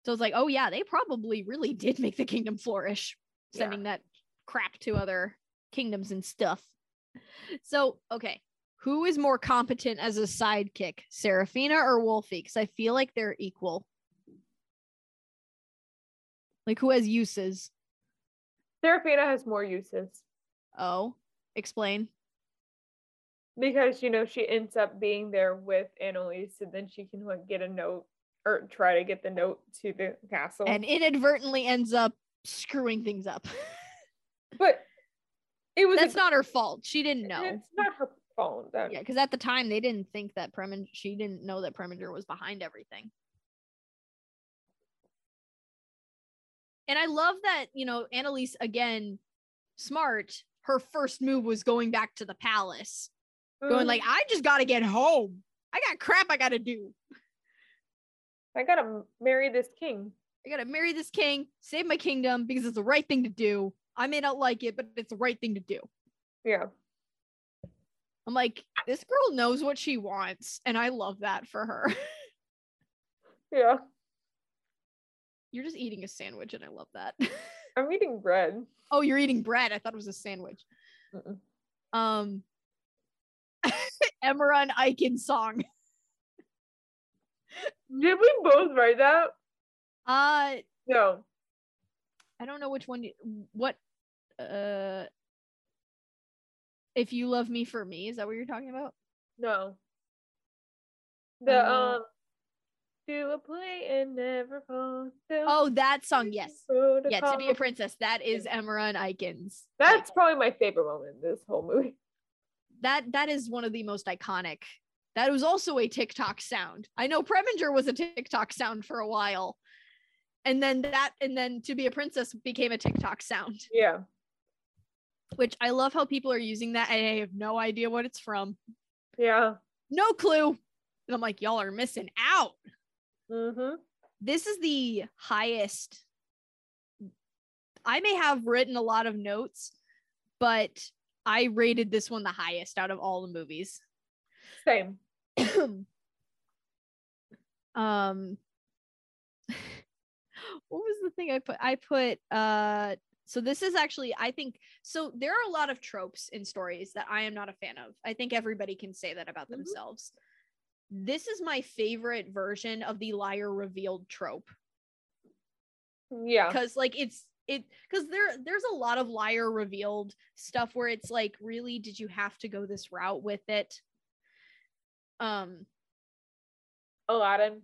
So it's like, oh yeah, they probably really did make the kingdom flourish,
Yeah.
sending that crap to other kingdoms and stuff. So okay, who is more competent as a sidekick, Seraphina or Wolfie? Because I feel like they're equal. Like who has uses?
Seraphina has more uses
Oh, explain.
because you know she ends up being there with Annalise, and then she can like get a note or try to get the note to the castle.
and inadvertently ends up screwing things up.
but it was a-
That's not her fault. She didn't know.
It's not her phone. That
Yeah, because at the time they didn't think that Preminger. She didn't know that Preminger was behind everything. And I love that you know Annalise again, smart. Her first move was going back to the palace,
uh,
going like, "I just got to get home. I got crap I got to do.
I gotta m- marry this king.
I got to marry this king, save my kingdom because it's the right thing to do. I may not like it, but it's the right thing to do."
Yeah.
I'm like, this girl knows what she wants, and I love that for her.
Yeah.
you're just eating a sandwich, and I love that.
I'm eating bread.
oh, you're eating bread. I thought it was a sandwich.
Mm-mm.
Um, Emma and Iken song.
Did we both write that?
Uh,
No.
I don't know which one. you- What? Uh, if you love me for me, is that what you're talking about?
No. The
Uh,
um do a play and never fall. Do
Oh, that song. Yes. Yeah, to
protocol.
be a princess. That is Emma and Iken's.
That's probably my favorite moment in this whole movie.
that that is one of the most iconic. That was also a TikTok sound. I know Preminger was a TikTok sound for a while. And then that and then to be a princess became a TikTok sound,
Yeah.
which I love how people are using that and I have no idea what it's from.
Yeah.
No clue. And I'm like y'all are missing out.
Mm-hmm.
This is the highest I may have written a lot of notes, but I rated this one the highest out of all the movies.
Same.
um what was the thing i put i put uh so this is actually i think so there are a lot of tropes in stories that i am not a fan of i think everybody can say that about
Mhm.
themselves this is my favorite version of the liar revealed trope
Yeah.
because like it's it because there there's a lot of liar revealed stuff where it's like really did you have to go this route with it um
Aladdin.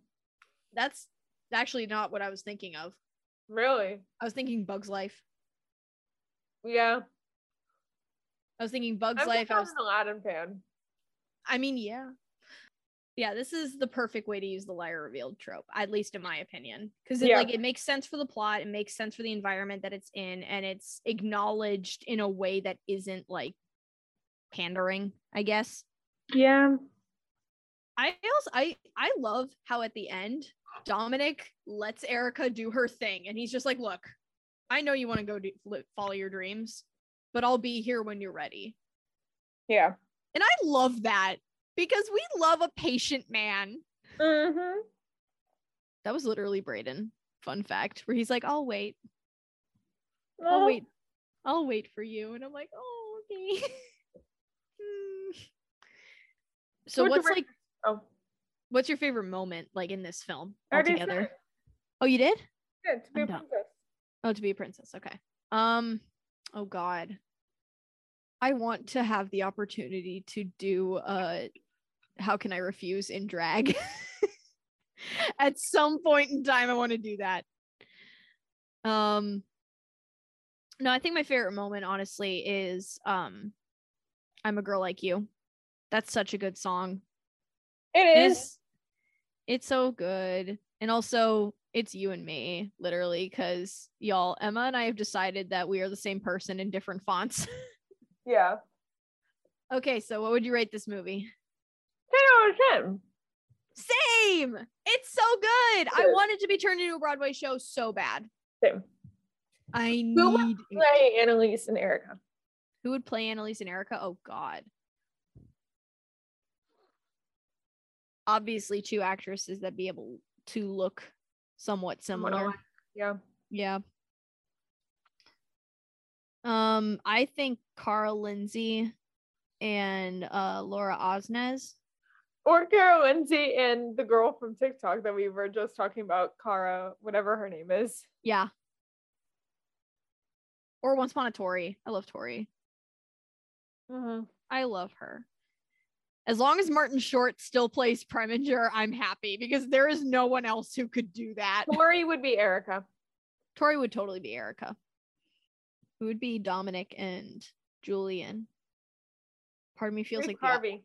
that's actually not what I was thinking of.
Really?
I was thinking Bugs Life.
Yeah.
I was thinking Bugs
I'm
Life.
just
I
not
was.
an Aladdin fan.
I mean, yeah, yeah. This is the perfect way to use the liar revealed trope, at least in my opinion, because
Yeah.
like it makes sense for the plot, it makes sense for the environment that it's in, and it's acknowledged in a way that isn't like pandering, I guess.
Yeah.
I also I I love how at the end Dominic lets Erica do her thing, and he's just like, "Look, I know you want to go do, li- follow your dreams, but I'll be here when you're ready."
Yeah.
And I love that because we love a patient man.
Mm-hmm.
Oh, That was literally Braden. Fun fact, where he's like, "I'll wait, I'll
Oh
wait, I'll wait for you," and I'm like, "Oh, okay." Hmm. so
What's your
what's
favorite-
like
Oh.
what's your favorite moment like in this film
I already said
altogether? Oh, you did?
Yeah, to be a
I'm done.
princess.
Oh, to be a princess. Okay. Um, oh God. I want to have the opportunity to do uh how can I refuse in drag? At some point in time, I want to do that. Um no, I think my favorite moment honestly is um I'm a girl like you. That's such a good song.
It
It
is.
is It's so good. And also, it's you and me, literally, because y'all, Emma and I have decided that we are the same person in different fonts.
Yeah.
okay, so what would you rate this movie?
10 out of 10.
Same. It's so good. I
Good.
want it to be turned into a Broadway show so bad.
Same.
I need
Who would
it.
play Annalise and Erica?
Who would play Annalise and Erica? Oh God. Obviously, two actresses that be able to look somewhat similar.
Yeah.
Yeah. Um, I think Carl Lindsay and uh Laura Osnes.
Or Kara Lindsay and the girl from TikTok that we were just talking about, Cara, whatever her name is.
Yeah. Or Once Upon a Tory. I love Tori.
Mhm.
I love her. As long as Martin Short still plays Preminger, I'm happy because there is no one else who could do that.
Tori would be Erica.
Tori would totally be Erica. It would be Dominic and Julian. Part of me feels
Reed
like the-
Carvey.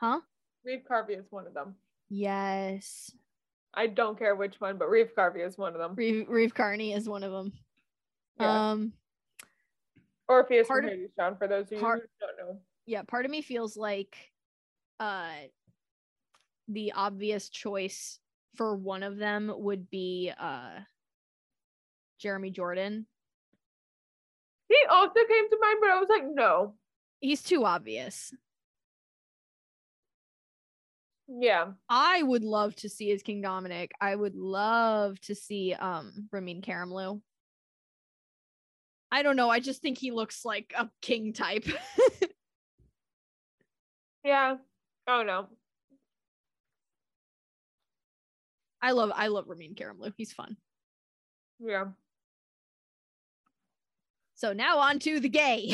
Huh?
Reeve Carvey is one of them.
Yes.
I don't care which one, but Reeve Carvey is one of them.
Reeve, Reeve Carney is one of them.
Yeah.
Um
Orpheus
part
from
of-
Hades, John, for those of you
part-
who don't know.
yeah, part of me feels like uh the obvious choice for one of them would be uh Jeremy Jordan.
He also came to mind, but I was like, no.
He's too obvious.
Yeah.
I would love to see as King Dominic. I would love to see um Ramin Karimloo. I don't know. I just think he looks like a king type.
Yeah. Oh no.
I love I love Ramin Karimloo. He's fun.
Yeah.
So now on to the gay.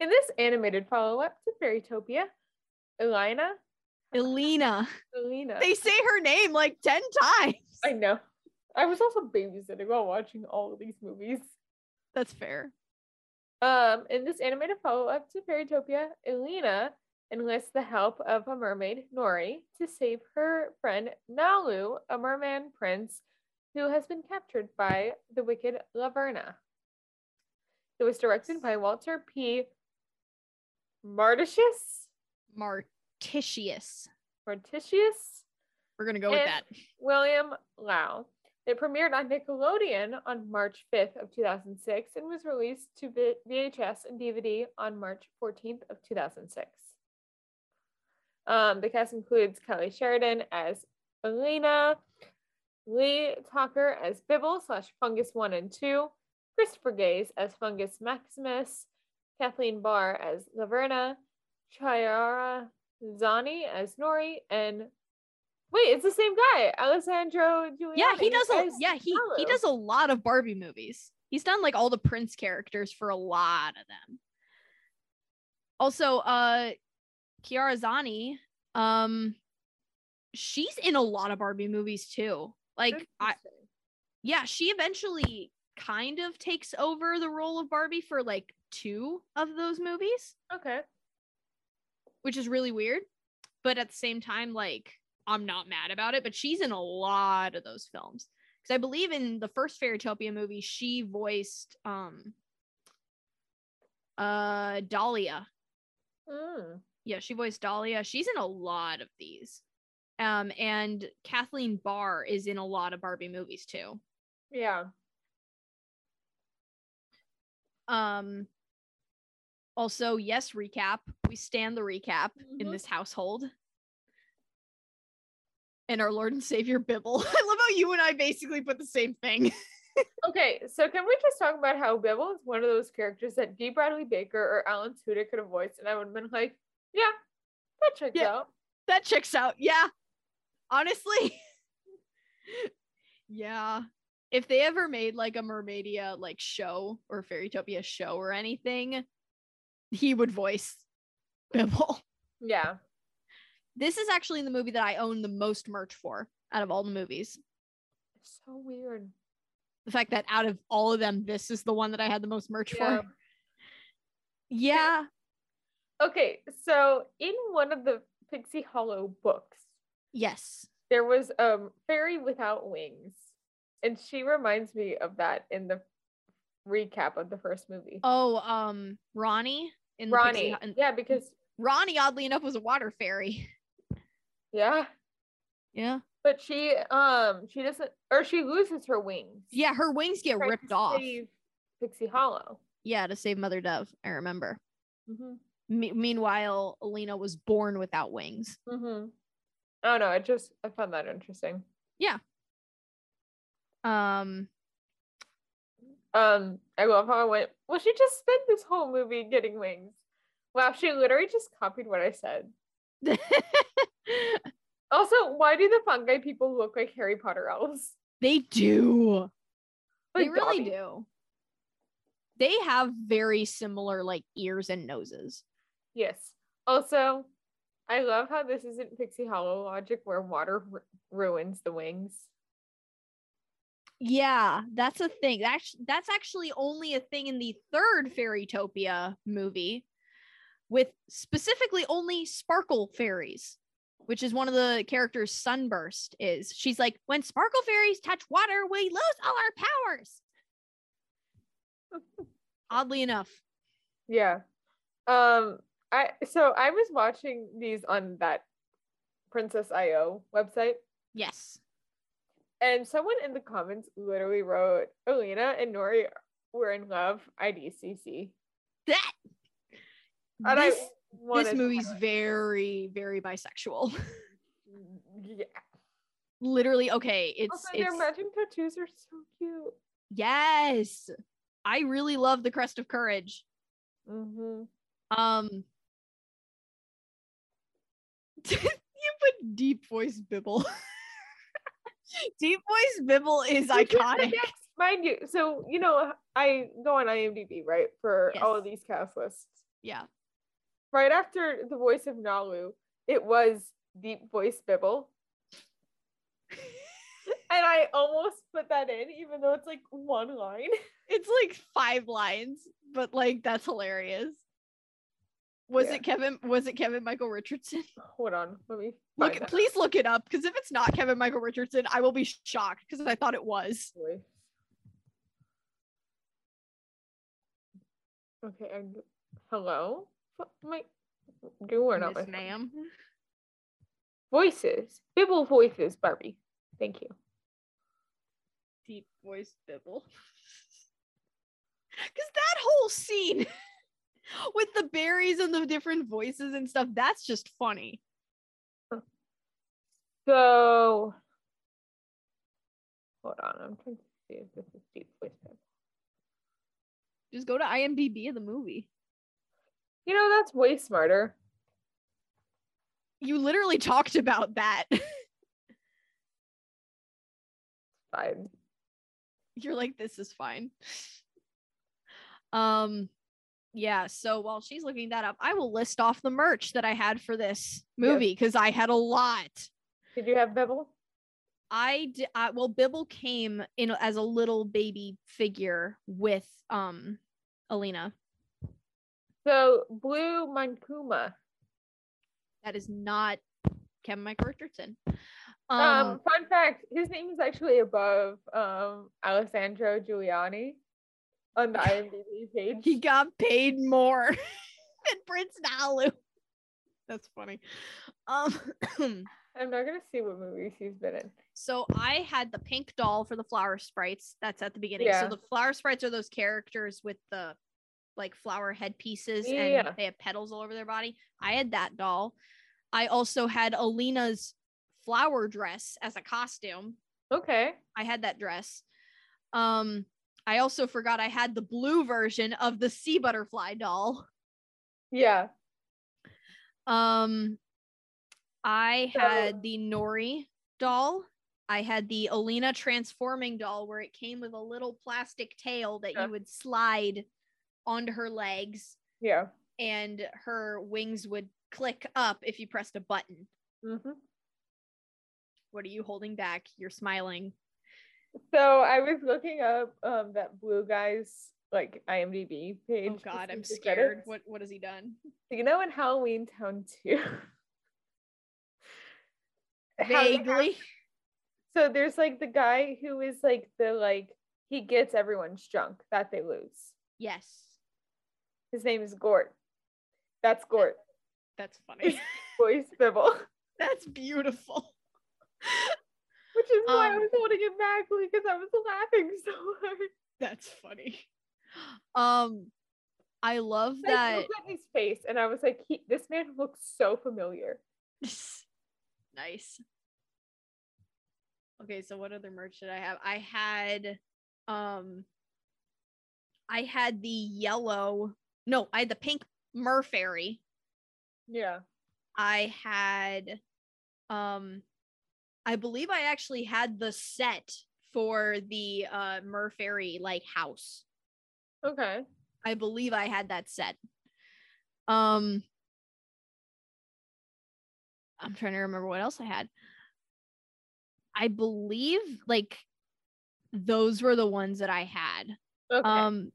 In this animated follow-up to Fairytopia, Elena,
Elena.
Elena.
They say her name like 10 times.
I know. I was also babysitting while watching all of these movies.
That's fair.
Um, in this animated follow-up to Fairytopia, Elena enlists the help of a mermaid, Nori, to save her friend Nalu, a merman prince who has been captured by the wicked Laverna. It was directed by Walter P. Marticius.
Martitius.
Marticius.
We're gonna go with
And-
that.
William Lau. It premiered on Nickelodeon on March 5th of 2006 and was released to V- VHS and DVD on March 14th of 2006. Um, the cast includes Kelly Sheridan as Elena, Lee Tucker as Bibble slash Fungus 1 and 2, Christopher Gaze as Fungus Maximus, Kathleen Barr as Laverna, Chiara Zani as Nori, and wait, it's the same guy, Alessandro Giuliani.
Yeah, he does a
as
yeah, he he
Nalu.
does a lot of Barbie movies. He's done like all the Prince characters for a lot of them. Also, uh Kiara Zani, um she's in a lot of Barbie movies too. Like I
Interesting.
yeah, she eventually kind of takes over the role of Barbie for like two of those movies.
Okay.
which is really weird. But at the same time, like I'm not mad about it. But she's in a lot of those films because I believe in the first Fairytopia movie, she voiced um uh Dahlia.
Mm.
Yeah, she voiced Dahlia. She's in a lot of these. Um, and Kathleen Barr is in a lot of Barbie movies too.
Yeah.
Um, also, yes, recap. We stand the recap in
Mhm.
this household. And our Lord and Savior Bibble. I love how you and I basically put the same thing.
Okay, so can we just talk about how Bibble is one of those characters that D. Bradley Baker or Alan Tudyk could have voiced, and I would have been like, yeah, that checks
Yeah.
out.
that checks out. Yeah. Honestly. yeah. If they ever made like a Mermaidia like show or Fairytopia show or anything, he would voice Bibble.
Yeah.
This is actually the movie that I own the most merch for out of all the movies.
It's so weird.
the fact that out of all of them, this is the one that I had the most merch
Yeah.
for. Yeah.
Okay, so in one of the Pixie Hollow books,
Yes.
There was a fairy without wings, and she reminds me of that in the recap of the first movie.
Oh, um, Ronnie in
Ronnie,
The Pixie Hut-
yeah, because
Ronnie, oddly enough, was a water fairy.
yeah,
Yeah.
but she um she doesn't or she loses her wings.
Yeah, her wings get
trying to
ripped off.
save Pixie Hollow.
Yeah, to save Mother Dove. I remember.
Mm-hmm.
Me- meanwhile, Alina was born without wings.
Mm-hmm. I don't know. I just I found that interesting.
Um,
Um, I love how I went. Well, she just spent this whole movie getting wings. Wow, she literally just copied what I said. Also, why do the fungi people look like Harry Potter elves?
they do.
Like
they really
Dobby.
do. They have very similar like ears and noses.
Yes. Also, I love how this isn't Pixie Hollow logic where water ru- ruins the wings.
Yeah, that's a thing. That's that's actually only a thing in the third Fairytopia movie, with specifically only Sparkle fairies, which is one of the characters. Sunburst is. She's like, when Sparkle fairies touch water, we lose all our powers. Oddly enough,
Yeah. Um I so I was watching these on that Princess IO website
yes.
and someone in the comments literally wrote Alina and Nori were in love IDCC.
That
And
this,
I
this movie's very very bisexual.
yeah.
Literally, okay. It's
Also,
it's
their matching tattoos are so cute.
yes. I really love the crest of courage.
Mm-hmm.
Um, you put deep voice bibble. deep voice bibble is
Which was the
iconic.
next- mind you. So you know, I go on IMDb right for all of these cast lists.
Yeah.
Right after the voice of Nalu, it was deep voice Bibble, and I almost put that in, even though it's like one line.
It's like five lines, but like that's hilarious. Was
Yeah.
it Kevin? Was it Kevin Michael Richardson?
Hold on, let me
Look,
find that
please look it up because if it's not Kevin Michael Richardson, I will be shocked because I thought it was.
voice. Okay, and hello, What my do or not my
Miss
phone.
ma'am.
voices, Bibble voices, Barbie. Thank you.
Deep voice bibble. Because that whole scene with the berries and the different voices and stuff, that's just funny.
So, hold on. I'm trying to see if this is deep voice. type.
Just go to IMDb of the movie.
You know, that's way smarter.
You literally talked about that.
Fine.
You're like, this is fine. Um, yeah. So while she's looking that up, I will list off the merch that I had for this
Yes.
movie because I had a lot.
Did you have Bevel?
I d- I- well Bibble came in as a little baby figure with um Alina.
So, Blue Mankuma.
That is not Kevin Michael Richardson.
Um,
Um,
fun fact his name is actually above um, Alessandro Giuliani on the IMDb page.
he got paid more than Prince Nalu. That's funny. Um
I'm not going to see what movies he's been in.
so I had the pink doll for the flower sprites. That's at the beginning.
Yeah.
So the flower sprites are those characters with the like flower headpieces
Yeah.
and they have petals all over their body. I had that doll. I also had Alina's flower dress as a costume.
Okay.
I had that dress. Um I also forgot I had the blue version of the sea butterfly doll.
Yeah.
Um, I
So-
had the Nori doll. I had the Alina transforming doll where it came with a little plastic tail that
Yeah.
you would slide onto her legs
Yeah.
and her wings would click up if you pressed a button.
Mm-hmm.
What are you holding back? You're smiling.
So I was looking up um that blue guy's like IMDb page.
Oh
to
god,
see
I'm
the
scared.
credits.
What what has he done?
you know in Halloween Town 2? how they have-
Vaguely.
so there's like the guy who is like the like he gets everyone's junk that they lose.
Yes.
His name is Gort. That's Gort.
That's funny.
Boy Spibble.
That's beautiful.
Which is why I
Um,
was holding it back because I was laughing so hard.
That's funny. Um I love
I
that
looked at his face and I was like, he, this man looks so familiar.
nice. Okay, so what other merch did I have? I had um I had the yellow. No, I had the pink mer fairy.
Yeah.
I had um I believe I actually had the set for the uh mer fairy like house.
Okay.
I believe I had that set. Um I'm trying to remember what else I had. I believe like those were the ones that I had.
Okay.
Um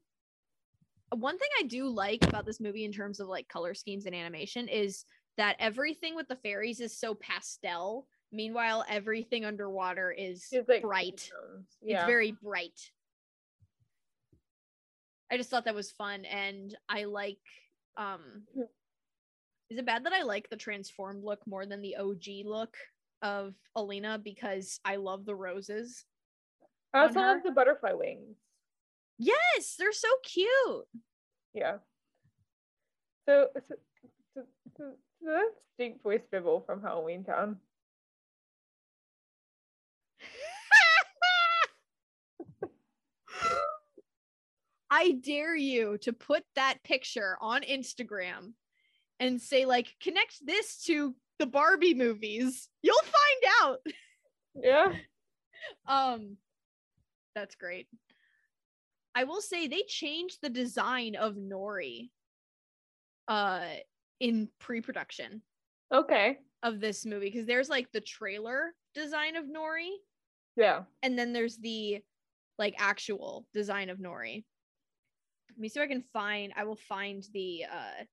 one thing I do like about this movie in terms of like color schemes and animation is that everything with the fairies is so pastel. Meanwhile, everything underwater is
He's like
bright.
tones. Yeah.
It's very bright. I just thought that was fun and I like um
Yeah.
Is it bad that I like the transformed look more than the OG look of Alina because I love the roses?
I
on
also love
her.
the butterfly wings.
Yes, they're so cute.
Yeah. So, so, so, so, so that's Stink Boy Spibble from Halloween Town.
I dare you to put that picture on Instagram and say like connect this to the Barbie movies. You'll find out.
Yeah.
Um that's great. I will say they changed the design of Nori uh in pre-production
Okay.
of this movie because there's like the trailer design of Nori
Yeah.
and then there's the like actual design of Nori. Let me see if I can find I will find the uh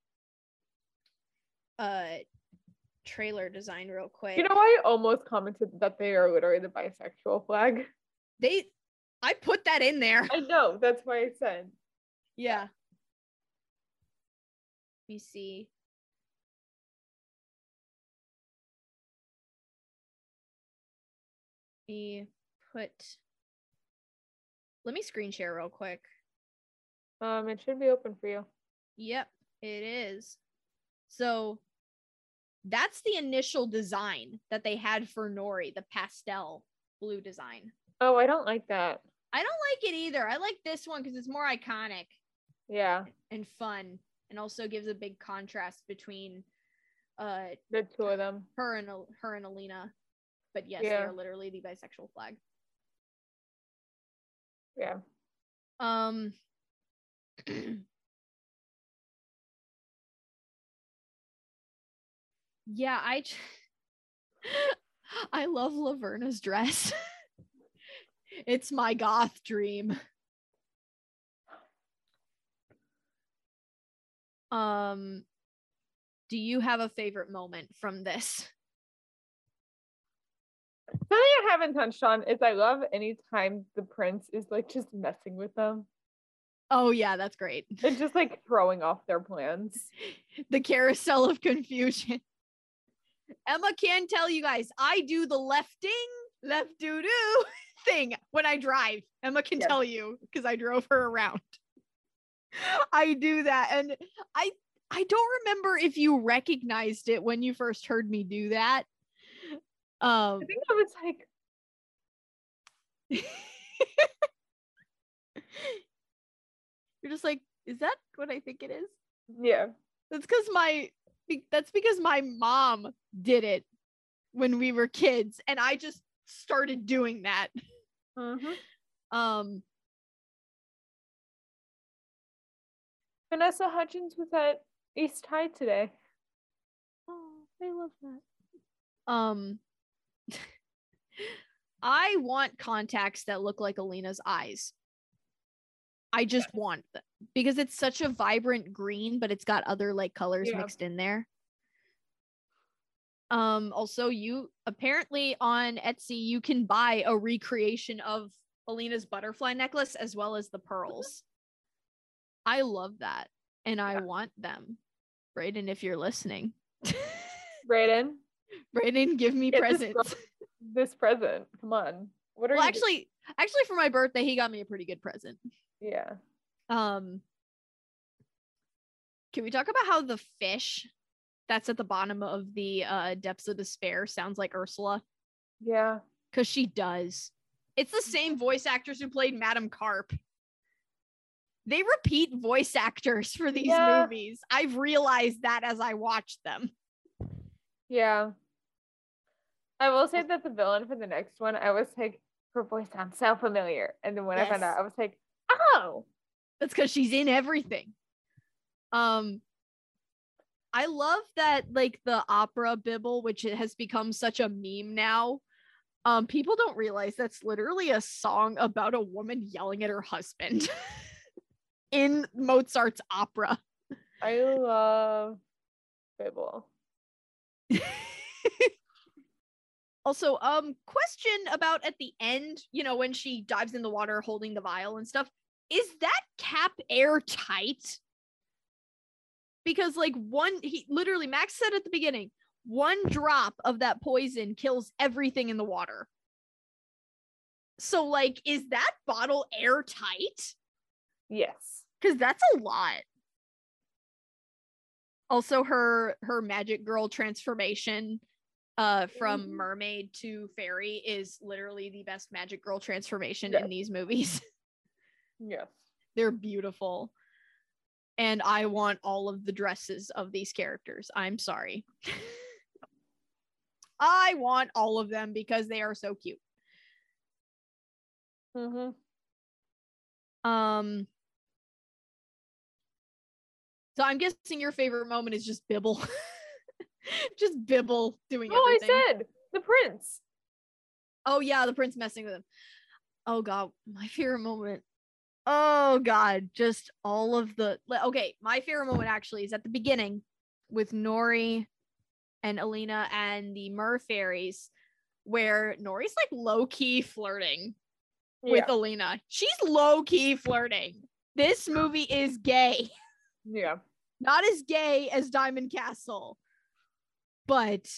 uh trailer design real quick.
You know, I almost commented that they are literally the bisexual flag.
they I put that in there.
I know. That's why I said.
Yeah. Let me see. Let me put. Let me screen share real quick.
Um, it should be open for you.
Yep, it is. So that's the initial design that they had for Nori, the pastel blue design.
Oh, I don't like that.
I don't like it either. I like this one because it's more iconic.
Yeah.
and fun and also gives a big contrast between uh
The two of them.
her and Al- her and Alina. But yes,
Yeah.
they are literally the bisexual flag.
Yeah.
Um Yeah, I j- I love Laverna's dress. it's my goth dream. Um do you have a favorite moment from this?
Something I haven't touched on is I love any time the prince is like just messing with them
Oh yeah, that's great.
and just like throwing off their plans.
the carousel of confusion. Emma can tell you guys, I do the left ding, left doo doo thing when I drive. Emma can
Yes.
tell you because I drove her around. I do that. And I I don't remember if you recognized it when you first heard me do that. Um
I think I was like,
you're just like, is that what I think it is?
yeah,
That's because my be- that's because my mom did it when we were kids, and I just started doing that.
Mm-hmm.
Um,
Vanessa Hudgens was at East High today.
oh, I love that. Um, I want contacts that look like Alina's eyes. I just want them because it's such a vibrant green, but it's got other like colors
Yeah.
mixed in there. Um, also, you apparently on Etsy you can buy a recreation of Alina's butterfly necklace as well as the pearls. I love that, and I
Yeah.
want them. Brayden, if you're listening,
Brayden,
Brayden, give me
Get this
presents.
this present. Come on. What are
Well,
you? doing?
actually, actually, for my birthday, he got me a pretty good present.
yeah.
Um, can we talk about how the fish that's at the bottom of the uh, depths of despair sounds like Ursula?
Yeah.
Because she does. It's the same voice actors who played Madame Carp. They repeat voice actors for these
Yeah.
movies. I've realized that as I watched them.
Yeah. I will say that the villain for the next one, I was like, her voice sounds so familiar. And then when I found
Yes.
out, I was like, oh,
That's because she's in everything. Um, I love that like the opera bibble, which it has become such a meme now. Um, people don't realize that's literally a song about a woman yelling at her husband in Mozart's opera.
I love Fable.
Also, um, question about at the end, you know, when she dives in the water holding the vial and stuff, is that cap airtight? Because like one, he literally Max said at the beginning, one drop of that poison kills everything in the water. So like, is that bottle airtight?
Yes.
Because that's a lot. Also, her her magic girl transformation uh from
Mhm.
mermaid to fairy is literally the best magic girl transformation
Yes.
in these movies.
Yes.
They're beautiful. And I want all of the dresses of these characters. I'm sorry. I want all of them because they are so cute.
Mm-hmm.
Um So I'm guessing your favorite moment is just Bibble. just Bibble doing
Oh, I
everything.
said the prince.
Oh yeah, the prince messing with him. Oh god, my favorite moment. Oh god, just all of the le- okay. My favorite moment actually is at the beginning with Nori and Alina and the Mer fairies, where Nori's like low key flirting with
yeah.
Alina. She's low key flirting. This movie is gay,
yeah.
not as gay as Diamond Castle, but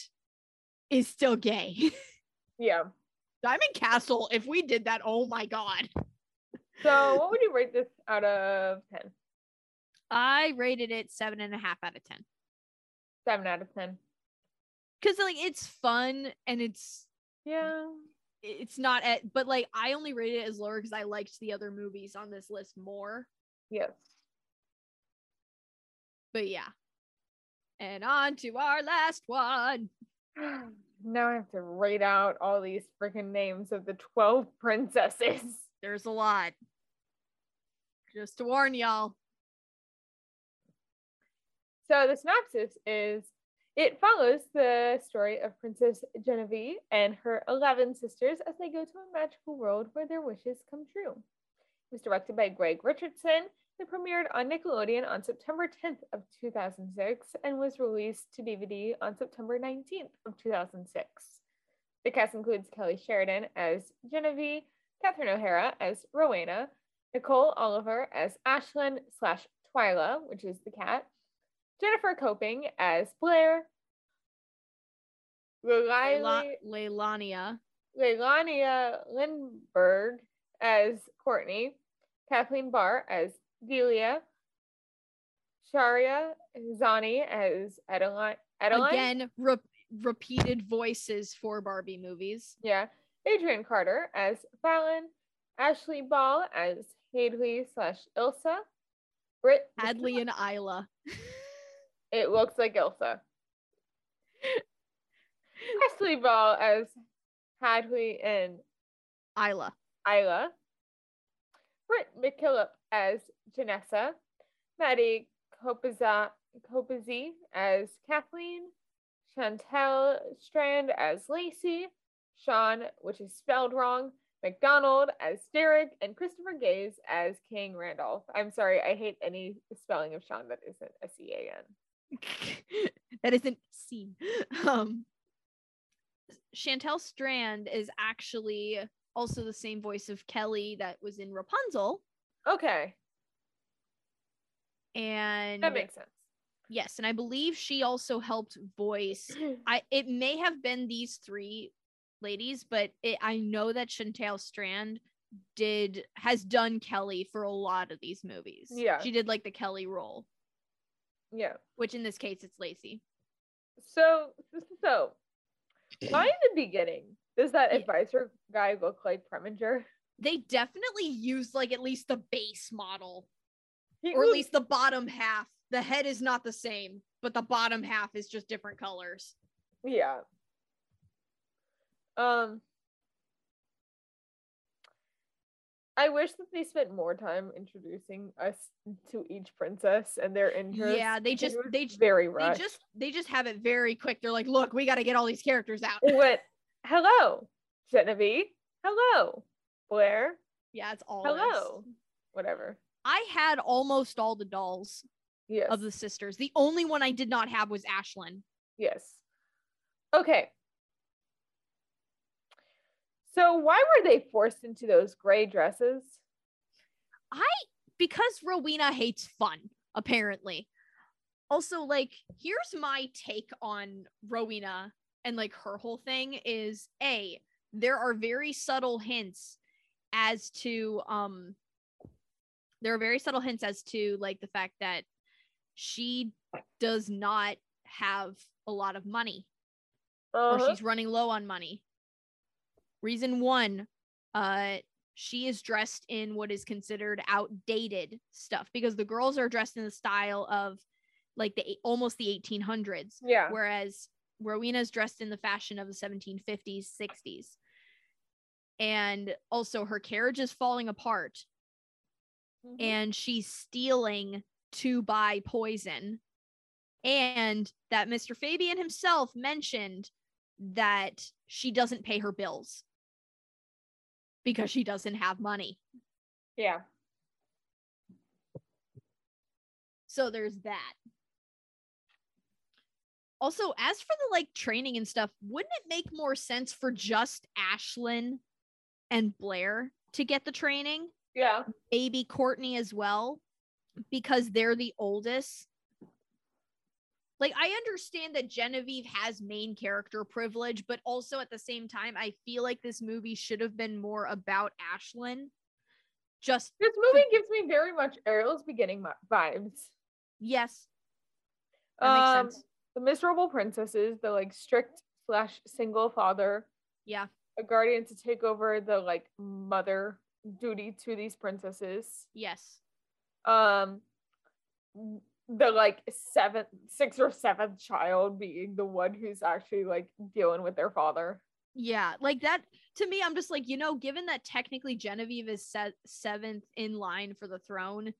is still gay.
Yeah.
Diamond Castle, if we did that, oh my god.
So what would you rate this out of 10?
I rated it seven and a half out of ten.
7 out of 10.
Cause like it's fun and it's
Yeah.
it's not at but like I only rated it as lower because I liked the other movies on this list more.
Yes.
But yeah. And on to our last one.
Now I have to rate out all these freaking names of the 12 princesses.
There's a lot. Just to warn y'all.
So the synopsis is it follows the story of Princess Genevieve and her 11 sisters as they go to a magical world where their wishes come true. It was directed by Greg Richardson and premiered on Nickelodeon on September 10th of 2006 and was released to DVD on September 19th of 2006. The cast includes Kelly Sheridan as Genevieve, Catherine O'Hara as Rowena, Nicole Oliver as Ashlyn slash Twyla, which is the cat, Jennifer Coping as Blair.
La-
Lilani
Leilania.
Leilania Lindberg as Courtney, Kathleen Barr as Delia, Sharia Zani as Adeline. Adeline?
Again, re- repeated voices for Barbie movies.
Yeah. Adrian Carter as Fallon, Ashley Ball as Hadley slash Ilsa, Britt.
Adley and Isla.
It looks like Ilsa. Ashley Ball as Hadley and
Isla.
Isla, Britt McKillop as Janessa, Maddie Kopaza- Kopazzi as Kathleen, Chantel Strand as Lacey, Sean, which is spelled wrong, McDonald as Derek, and Christopher Gaze as King Randolph. I'm sorry, I hate any spelling of Sean that isn't S E A N.
that isn't seen. Um, Chantel Strand is actually also the same voice of Kelly that was in Rapunzel.
Okay,
And
that makes sense.
yes, and I believe she also helped voice I it may have been these three ladies, but it, I know that Chantel Strand did has done Kelly for a lot of these movies.
Yeah.
she did like the Kelly role,
yeah.
which in this case it's Lacey.
So, so why in the beginning does that
Yeah.
advisor guy look like Preminger?
They definitely used like at least the base model,
He
or at
was-
least the bottom half. The head is not the same, but the bottom half is just different colors.
yeah. Um, I wish that they spent more time introducing us to each princess and their interests.
Yeah, they
It
just-
was
they j-
very
They
rushed.
just they just have it very quick. They're like, look, we got to get all these characters out.
It went, hello, Genevieve. Hello, Blair.
yeah, it's all us.
Hello, whatever.
I had almost all the dolls.
Yes.
of the sisters. The only one I did not have was Ashlyn.
Yes. Okay. So why were they forced into those gray dresses?
because Rowena hates fun, apparently. Also, like, here's my take on Rowena and like her whole thing is A, there are very subtle hints as to um there are very subtle hints as to like the fact that she does not have a lot of money
Uh-huh.
or she's running low on money. Reason one, uh, she is dressed in what is considered outdated stuff because the girls are dressed in the style of like the eight- almost the 1800s,
yeah.
whereas Rowena's dressed in the fashion of the 1750s, 60s. And also, her carriage is falling apart
Mhm.
and she's stealing to buy poison. And that Mr. Fabian himself mentioned that she doesn't pay her bills because she doesn't have money.
yeah.
So there's that. Also, as for the like training and stuff, wouldn't it make more sense for just Ashlyn and Blair to get the training?
Yeah.
Baby Courtney as well because they're the oldest. Like I understand that Genevieve has main character privilege, but also at the same time I feel like this movie should have been more about Ashlyn. Just
This movie gives me very much Ariel's beginning mi- vibes.
yes, that
Um,
makes sense.
The miserable princesses, the like strict slash single father,
Yeah.
a guardian to take over the like mother duty to these princesses.
Yes.
um the like seventh sixth or seventh child being the one who's actually like dealing with their father
Yeah, like that to me, I'm just like, you know, given that technically Genevieve is se- seventh in line for the throne,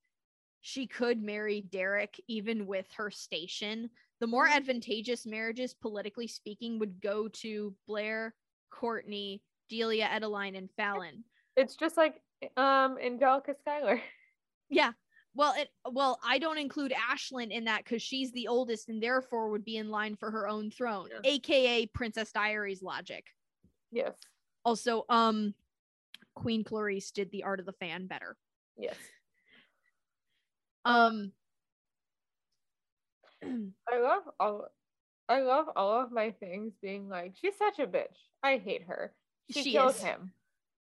she could marry Derek even with her station. The more advantageous marriages, politically speaking, would go to Blair, Courtney, Delia, Edeline, and Fallon.
it's just like um angelica schuyler
Yeah. Well, it well, I don't include Ashlyn in that because she's the oldest and therefore would be in line for her own throne,
Yeah.
aka Princess Diaries logic.
yes
Also, um, Queen Clarice did the art of the fan better.
yes
Um,
i love all i love all of my things being like she's such a bitch i hate her she,
She
killed
is.
him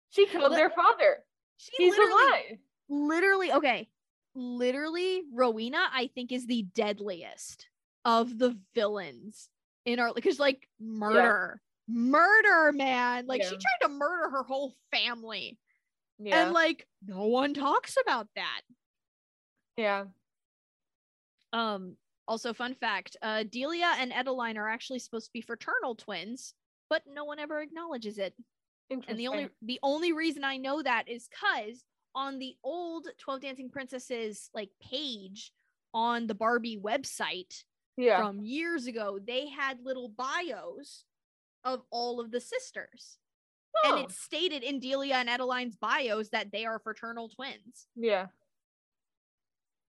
she killed
Li-
their father
she
he's
literally,
alive
literally, okay, literally, Rowena, I think, is the deadliest of the villains in our because, like, murder, murder, man, like she
Yeah.
tried to murder her whole family,
yeah
and like, no one talks about that.
yeah
Um, also, fun fact: uh, Delia and Edeline are actually supposed to be fraternal twins, but no one ever acknowledges it.
interesting
and the only the only reason I know that is cuz on the old 12 Dancing Princesses like page on the Barbie website
yeah
from years ago, they had little bios of all of the sisters.
Oh,
And it's stated in Delia and Adeline's bios that they are fraternal twins.
yeah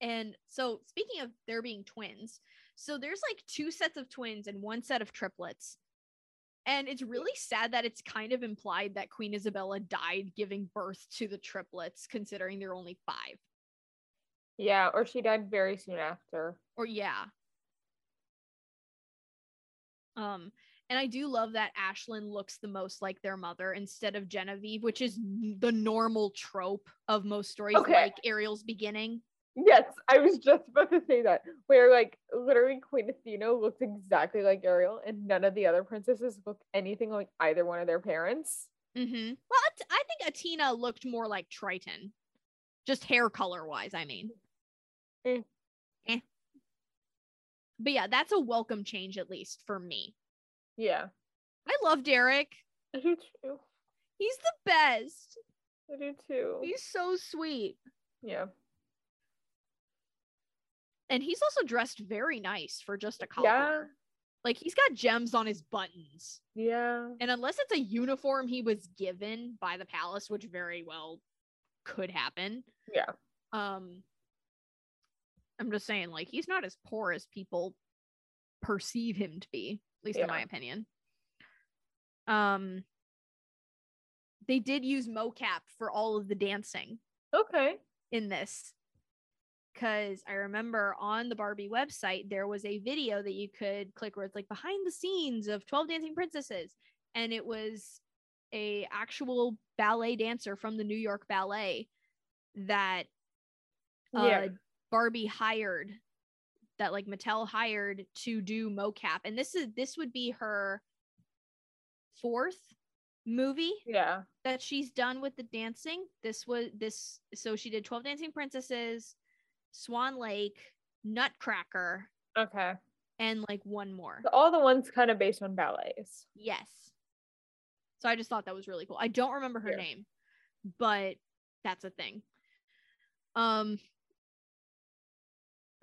And so, speaking of there being twins, so there's like two sets of twins and one set of triplets. And it's really sad that it's kind of implied that Queen Isabella died giving birth to the triplets, considering they're only five.
Yeah, or she died very soon after.
Or yeah. Um, and I do love that Ashlyn looks the most like their mother instead of Genevieve, which is n- the normal trope of most stories,
Okay.
like Ariel's beginning.
Yes, I was just about to say that. Where like literally Queen Athena looks exactly like Ariel, and none of the other princesses look anything like either one of their parents.
Mm-hmm. Well, At- I think Atina looked more like Triton, just hair color wise. I mean,
Mm.
Eh. but yeah, that's a welcome change at least for me.
Yeah,
I love Derek.
I do too.
He's the best.
I do too.
He's so sweet,
Yeah,
and he's also dressed very nice for just a collar.
Yeah.
Like he's got gems on his buttons.
yeah.
And unless it's a uniform he was given by the palace, which very well could happen.
Yeah.
Um I'm just saying, like, he's not as poor as people perceive him to be, at least in my
Yeah.
opinion. Um they did use mocap for all of the dancing
Okay.
in this. Cause I remember on the Barbie website there was a video that you could click where it's like behind the scenes of 12 Dancing Princesses. And it was a actual ballet dancer from the New York Ballet that uh,
yeah.
Barbie hired that like Mattel hired to do mocap. And this is this would be her fourth movie
Yeah.
that she's done with the dancing. This was this so she did 12 Dancing Princesses, Swan Lake, Nutcracker,
Okay.
and like one more.
So all the ones kind of based on ballets.
Yes. So I just thought that was really cool. I don't remember her
Yeah.
name, but that's a thing. Um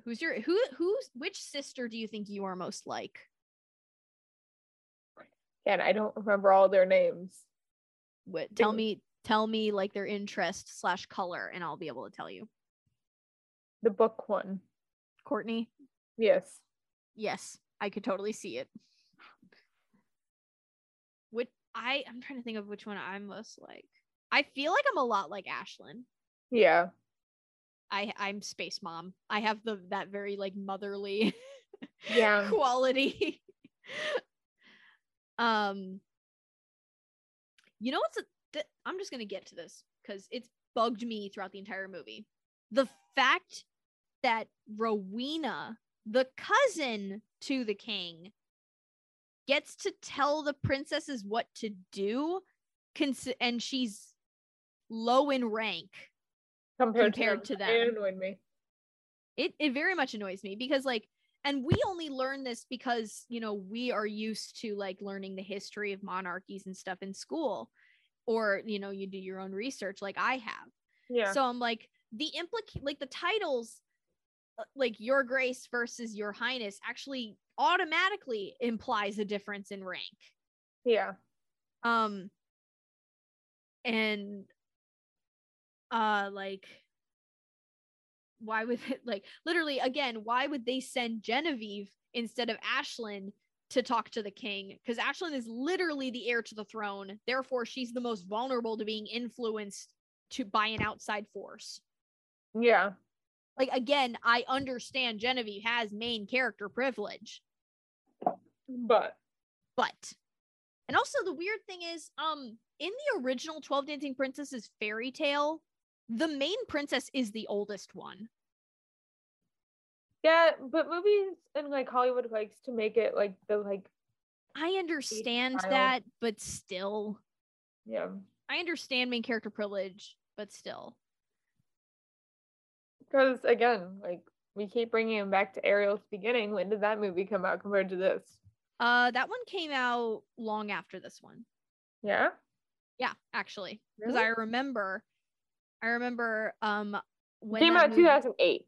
Who's your who who's which sister do you think you are most like?
Again, I don't remember all their names.
What tell
Think-
me tell me like their interest slash color and I'll be able to tell you.
The book one.
Courtney?
Yes.
Yes, I could totally see it. Which I I'm trying to think of which one I'm most like. I feel like I'm a lot like Ashlyn.
Yeah.
I I'm space mom. I have the that very like motherly
Yeah.
quality. um You know what's a, th- I'm just going to get to this cuz it's bugged me throughout the entire movie. The fact that Rowena, the cousin to the king, gets to tell the princesses what to do cons- and she's low in rank.
Compared,
Compared to
to them.
them.
It annoyed me.
it it very much annoys me because like and we only learn this because you know we are used to like learning the history of monarchies and stuff in school or you know you do your own research like i have
Yeah.
so i'm like the implic like the titles uh, like your grace versus your highness actually automatically implies a difference in rank
yeah.
um and uh like why would it like literally again why would they send genevieve instead of ashlyn to talk to the king because ashlyn is literally the heir to the throne therefore she's the most vulnerable to being influenced to by an outside force
Yeah.
like again i understand genevieve has main character privilege
But
but and also the weird thing is um in the original 12 dancing princesses fairy tale the main princess is the oldest one
yeah, but movies and like Hollywood likes to make it like the like
i understand
child.
that but still
yeah.
i understand main character privilege but still
Because again, like we keep bringing him back to Ariel's beginning. When did that movie come out compared to this?
uh that one came out long after this one
Yeah.
yeah actually because
Really?
i remember i remember um when
came
that
out
movie-
2008.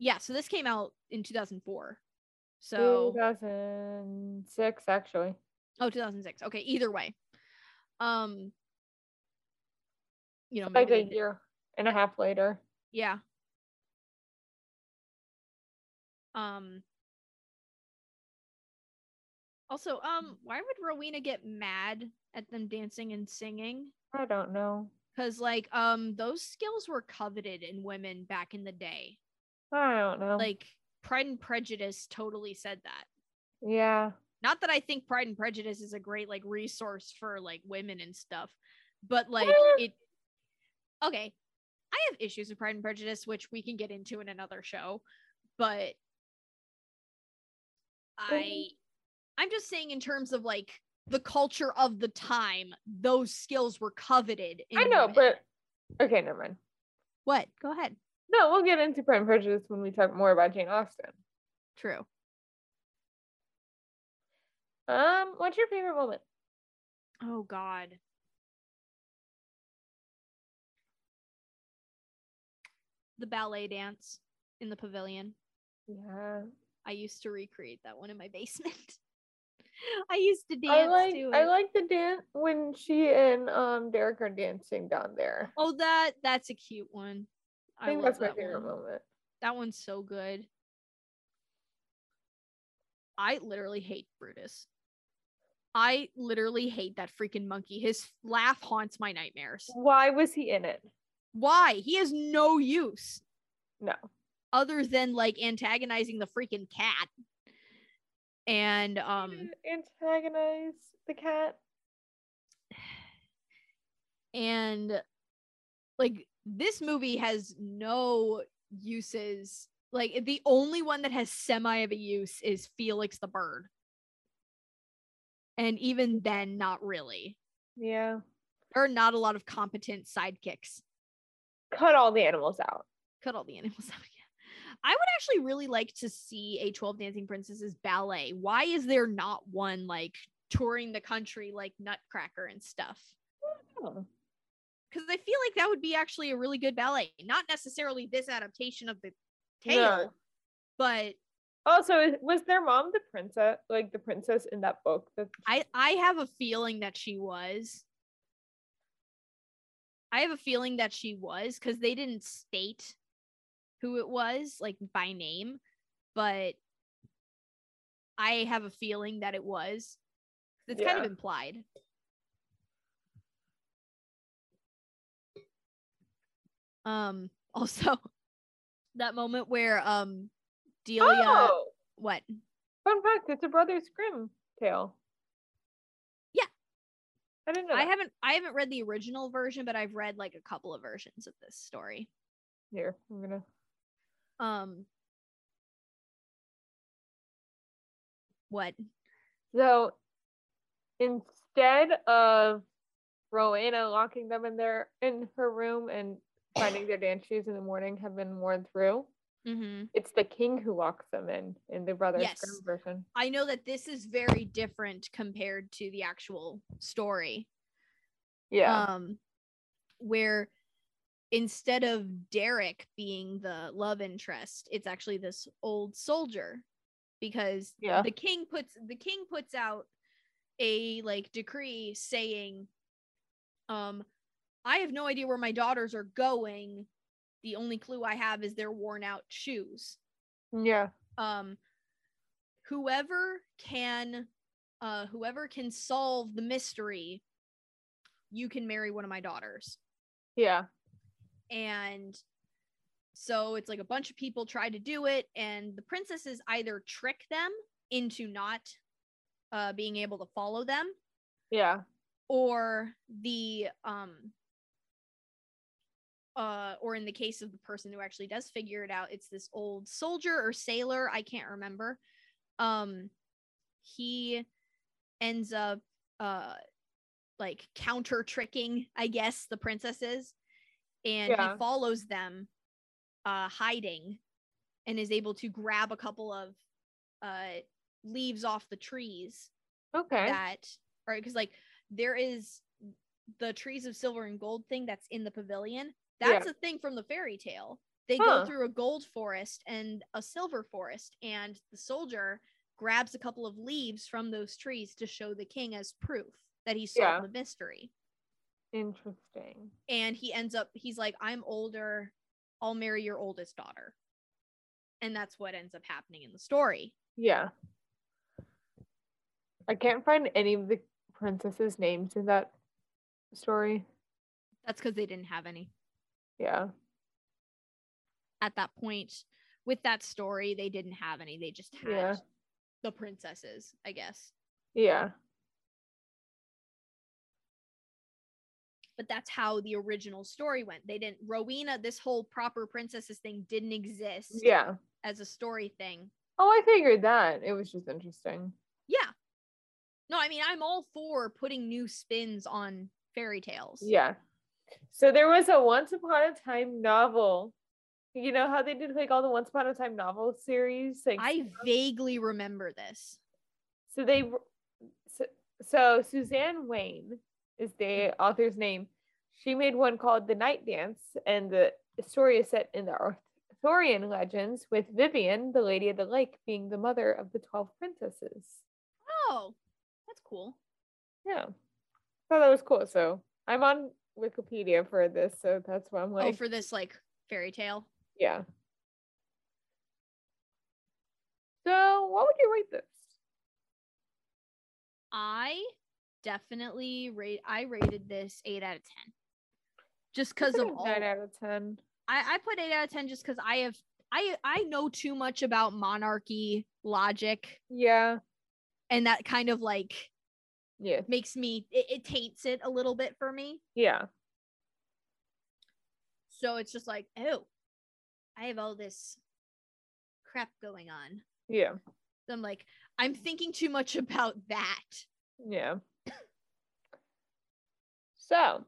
yeah so this came out in 2004 so
2006 actually.
Oh, 2006. Okay, either way. Um you know,
Like
maybe
a
they did-
year and a half later.
yeah. Um Also, um, why would Rowena get mad at them dancing and singing?
I don't know.
Because like, um, those skills were coveted in women back in the day.
I don't know.
Like Pride and Prejudice totally said that.
yeah,
Not that I think Pride and Prejudice is a great like resource for like women and stuff, but like it. Okay, I have issues with Pride and Prejudice, which we can get into in another show, but I, I'm just saying in terms of like the culture of the time, those skills were coveted. In
I know,
women.
but okay, never mind.
what? Go ahead.
No, we'll get into Pride and Prejudice when we talk more about Jane Austen.
True.
Um, what's your favorite moment?
Oh God. The ballet dance in the pavilion.
Yeah,
I used to recreate that one in my basement. I used to dance
I like
to it.
I like the dance when she and um Derek are dancing down there.
oh, that that's a cute one.
I think
love
that's my
that
favorite
one.
moment.
That one's so good. I literally hate Brutus. I literally hate that freaking monkey. His laugh haunts my nightmares.
Why was he in it?
Why? He has no use.
No.
Other than like antagonizing the freaking cat. And
Mm.
um
antagonize the cat.
and like this movie has no uses. Like the only one that has semi of a use is Felix the bird. And even then not really.
Yeah.
There are not a lot of competent sidekicks.
Cut all the animals out.
cut all the animals out again. I would actually really like to see a 12 Dancing Princesses ballet. Why is there not one like touring the country like Nutcracker and stuff?
Oh.
Because I feel like that would be actually a really good ballet. Not necessarily this adaptation of the
No.
tale, but
Also, is- was their mom the princess, like the princess in that book? That
I I have a feeling that she was. I have a feeling that she was because they didn't state who it was like by name, but I have a feeling that it was. It's kind of
Yeah.
implied. Um. Also, that moment where um Delia
oh,
what
fun fact: it's a Brothers Grimm tale.
Yeah.
I didn't know.
I
that.
haven't I haven't read the original version, but I've read like a couple of versions of this story.
Here, I'm gonna.
Um what?
So instead of Rowena locking them in their in her room and finding their dance shoes in the morning have been worn through,
Mm-hmm.
it's the king who locks them in in the Brothers
Yes.
Grimm version.
I know that this is very different compared to the actual story.
Yeah.
Um where instead of Derek being the love interest, it's actually this old soldier because
yeah.
the king puts the king puts out a like decree saying um i have no idea where my daughters are going the only clue i have is their worn out shoes
yeah.
um whoever can uh whoever can solve the mystery you can marry one of my daughters
Yeah.
and so it's like a bunch of people try to do it and the princesses either trick them into not uh, being able to follow them
Yeah.
or the um uh or in the case of the person who actually does figure it out it's this old soldier or sailor i can't remember um he ends up uh like counter tricking i guess the princesses and
Yeah.
he follows them uh hiding and is able to grab a couple of uh leaves off the trees
Okay.
that or because like there is the trees of silver and gold thing that's in the pavilion
Yeah.
that's a thing from the fairy tale they
Huh.
go through a gold forest and a silver forest and the soldier grabs a couple of leaves from those trees to show the king as proof that he solved
Yeah.
the mystery
Interesting.
and he ends up he's like i'm older i'll marry your oldest daughter and that's what ends up happening in the story
Yeah. I can't find any of the princesses' names in that story.
That's because they didn't have any
Yeah.
at that point. With that story, they didn't have any. They just had
Yeah.
the princesses, I guess.
Yeah.
But that's how the original story went. They didn't Rowena, this whole proper princesses thing didn't exist
Yeah.
as a story thing.
Oh, I figured that. It was just interesting.
Yeah. No, I mean I'm all for putting new spins on fairy tales.
Yeah. So there was a Once Upon a Time novel. You know how they did like all the Once Upon a Time novel series? Like,
I vaguely remember this.
so they, so, so Suzanne Wayne is the author's name. She made one called The Night Dance, and the story is set in the Arthurian legends, with Vivian, the Lady of the Lake, being the mother of the 12 princesses.
Oh, that's cool.
Yeah. So that was cool. So I'm on Wikipedia for this, so that's why I'm like,
oh, for this like fairy tale.
Yeah. So, what would you rate this?
I definitely rate I rated this eight out of ten. Just because
It's
of
like a
all
nine
I,
out of ten.
I put eight out of ten just because I have I I know too much about monarchy logic
Yeah.
and that kind of like
Yeah.
makes me it, it taints it a little bit for me.
Yeah.
So it's just like, oh, I have all this crap going on.
Yeah.
So I'm like, I'm thinking too much about that.
Yeah. So,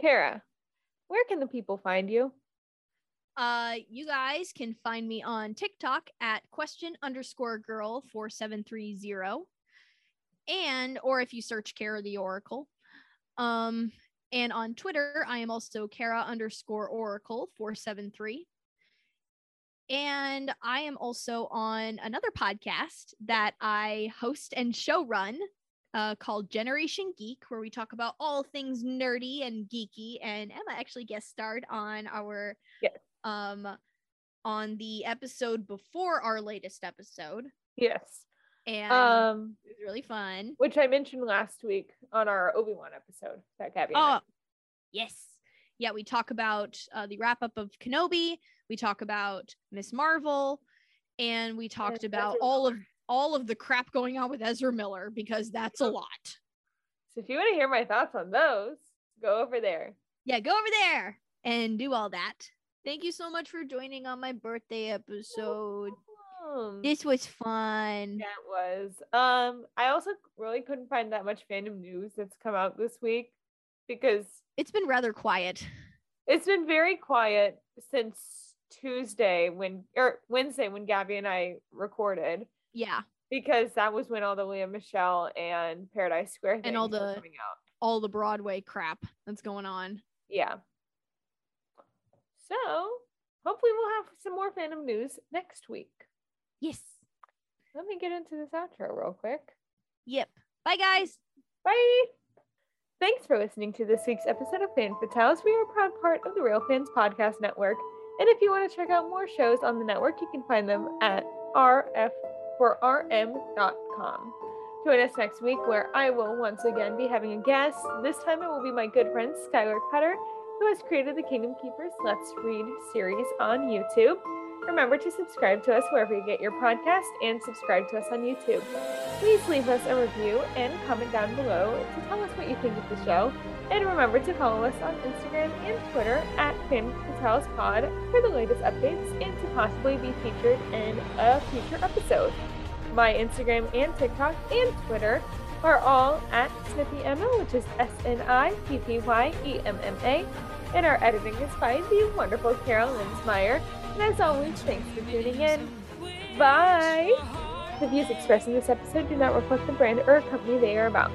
Kara, where can the people find you?
Uh, you guys can find me on TikTok at question underscore girl four seven three zero, and or if you search Kara the Oracle, um, and on Twitter I am also Kara underscore Oracle four seven three, and I am also on another podcast that I host and show run. Uh, called Generation Geek, where we talk about all things nerdy and geeky. And Emma actually guest starred on our um on the episode before our latest episode
Yes.
and
Um,
it was really fun
which I mentioned last week on our Obi Wan episode that Gabby. and I-
oh yes yeah we talk about uh, the wrap up of kenobi we talk about miss marvel and we talked
Ezra
about all of all of the crap going on with ezra miller because that's a lot
So, if you want to hear my thoughts on those, go over there.
yeah go over there and do all that thank you so much for joining on my birthday episode
Um,
this was fun
that was. Um, I also really couldn't find that much fandom news that's come out this week because
it's been rather quiet
it's been very quiet since Tuesday when or Wednesday when Gabby and I recorded
yeah
because that was when all the Leah Michelle and Paradise Square
And all
things were
the-
coming out.
all the Broadway crap that's going on.
Yeah. So hopefully we'll have some more fandom news next week.
Yes.
Let me get into this outro real quick.
Yep. Bye, guys.
Bye. Thanks for listening to this week's episode of Fan Fatales. We are a proud part of the Real Fans Podcast Network. And if you want to check out more shows on the network, you can find them at rf4rm.com. Join us next week where I will once again be having a guest. This time it will be my good friend Skylar Cutter, who has created the Kingdom Keepers Let's Read series on YouTube. Remember to subscribe to us wherever you get your podcast and subscribe to us on YouTube please leave us a review and comment down below to tell us what you think of the show. And remember to follow us on Instagram and Twitter at FanPatelspod for the latest updates and to possibly be featured in a future episode. My Instagram and TikTok and Twitter are all at SnippyEmma, which is E S-N-I-P-P-Y-E-M-M-A. And our editing is by the wonderful Carol Linsmeyer. And as always, thanks for tuning in. Bye! The views expressed in this episode do not reflect the brand or company they are about.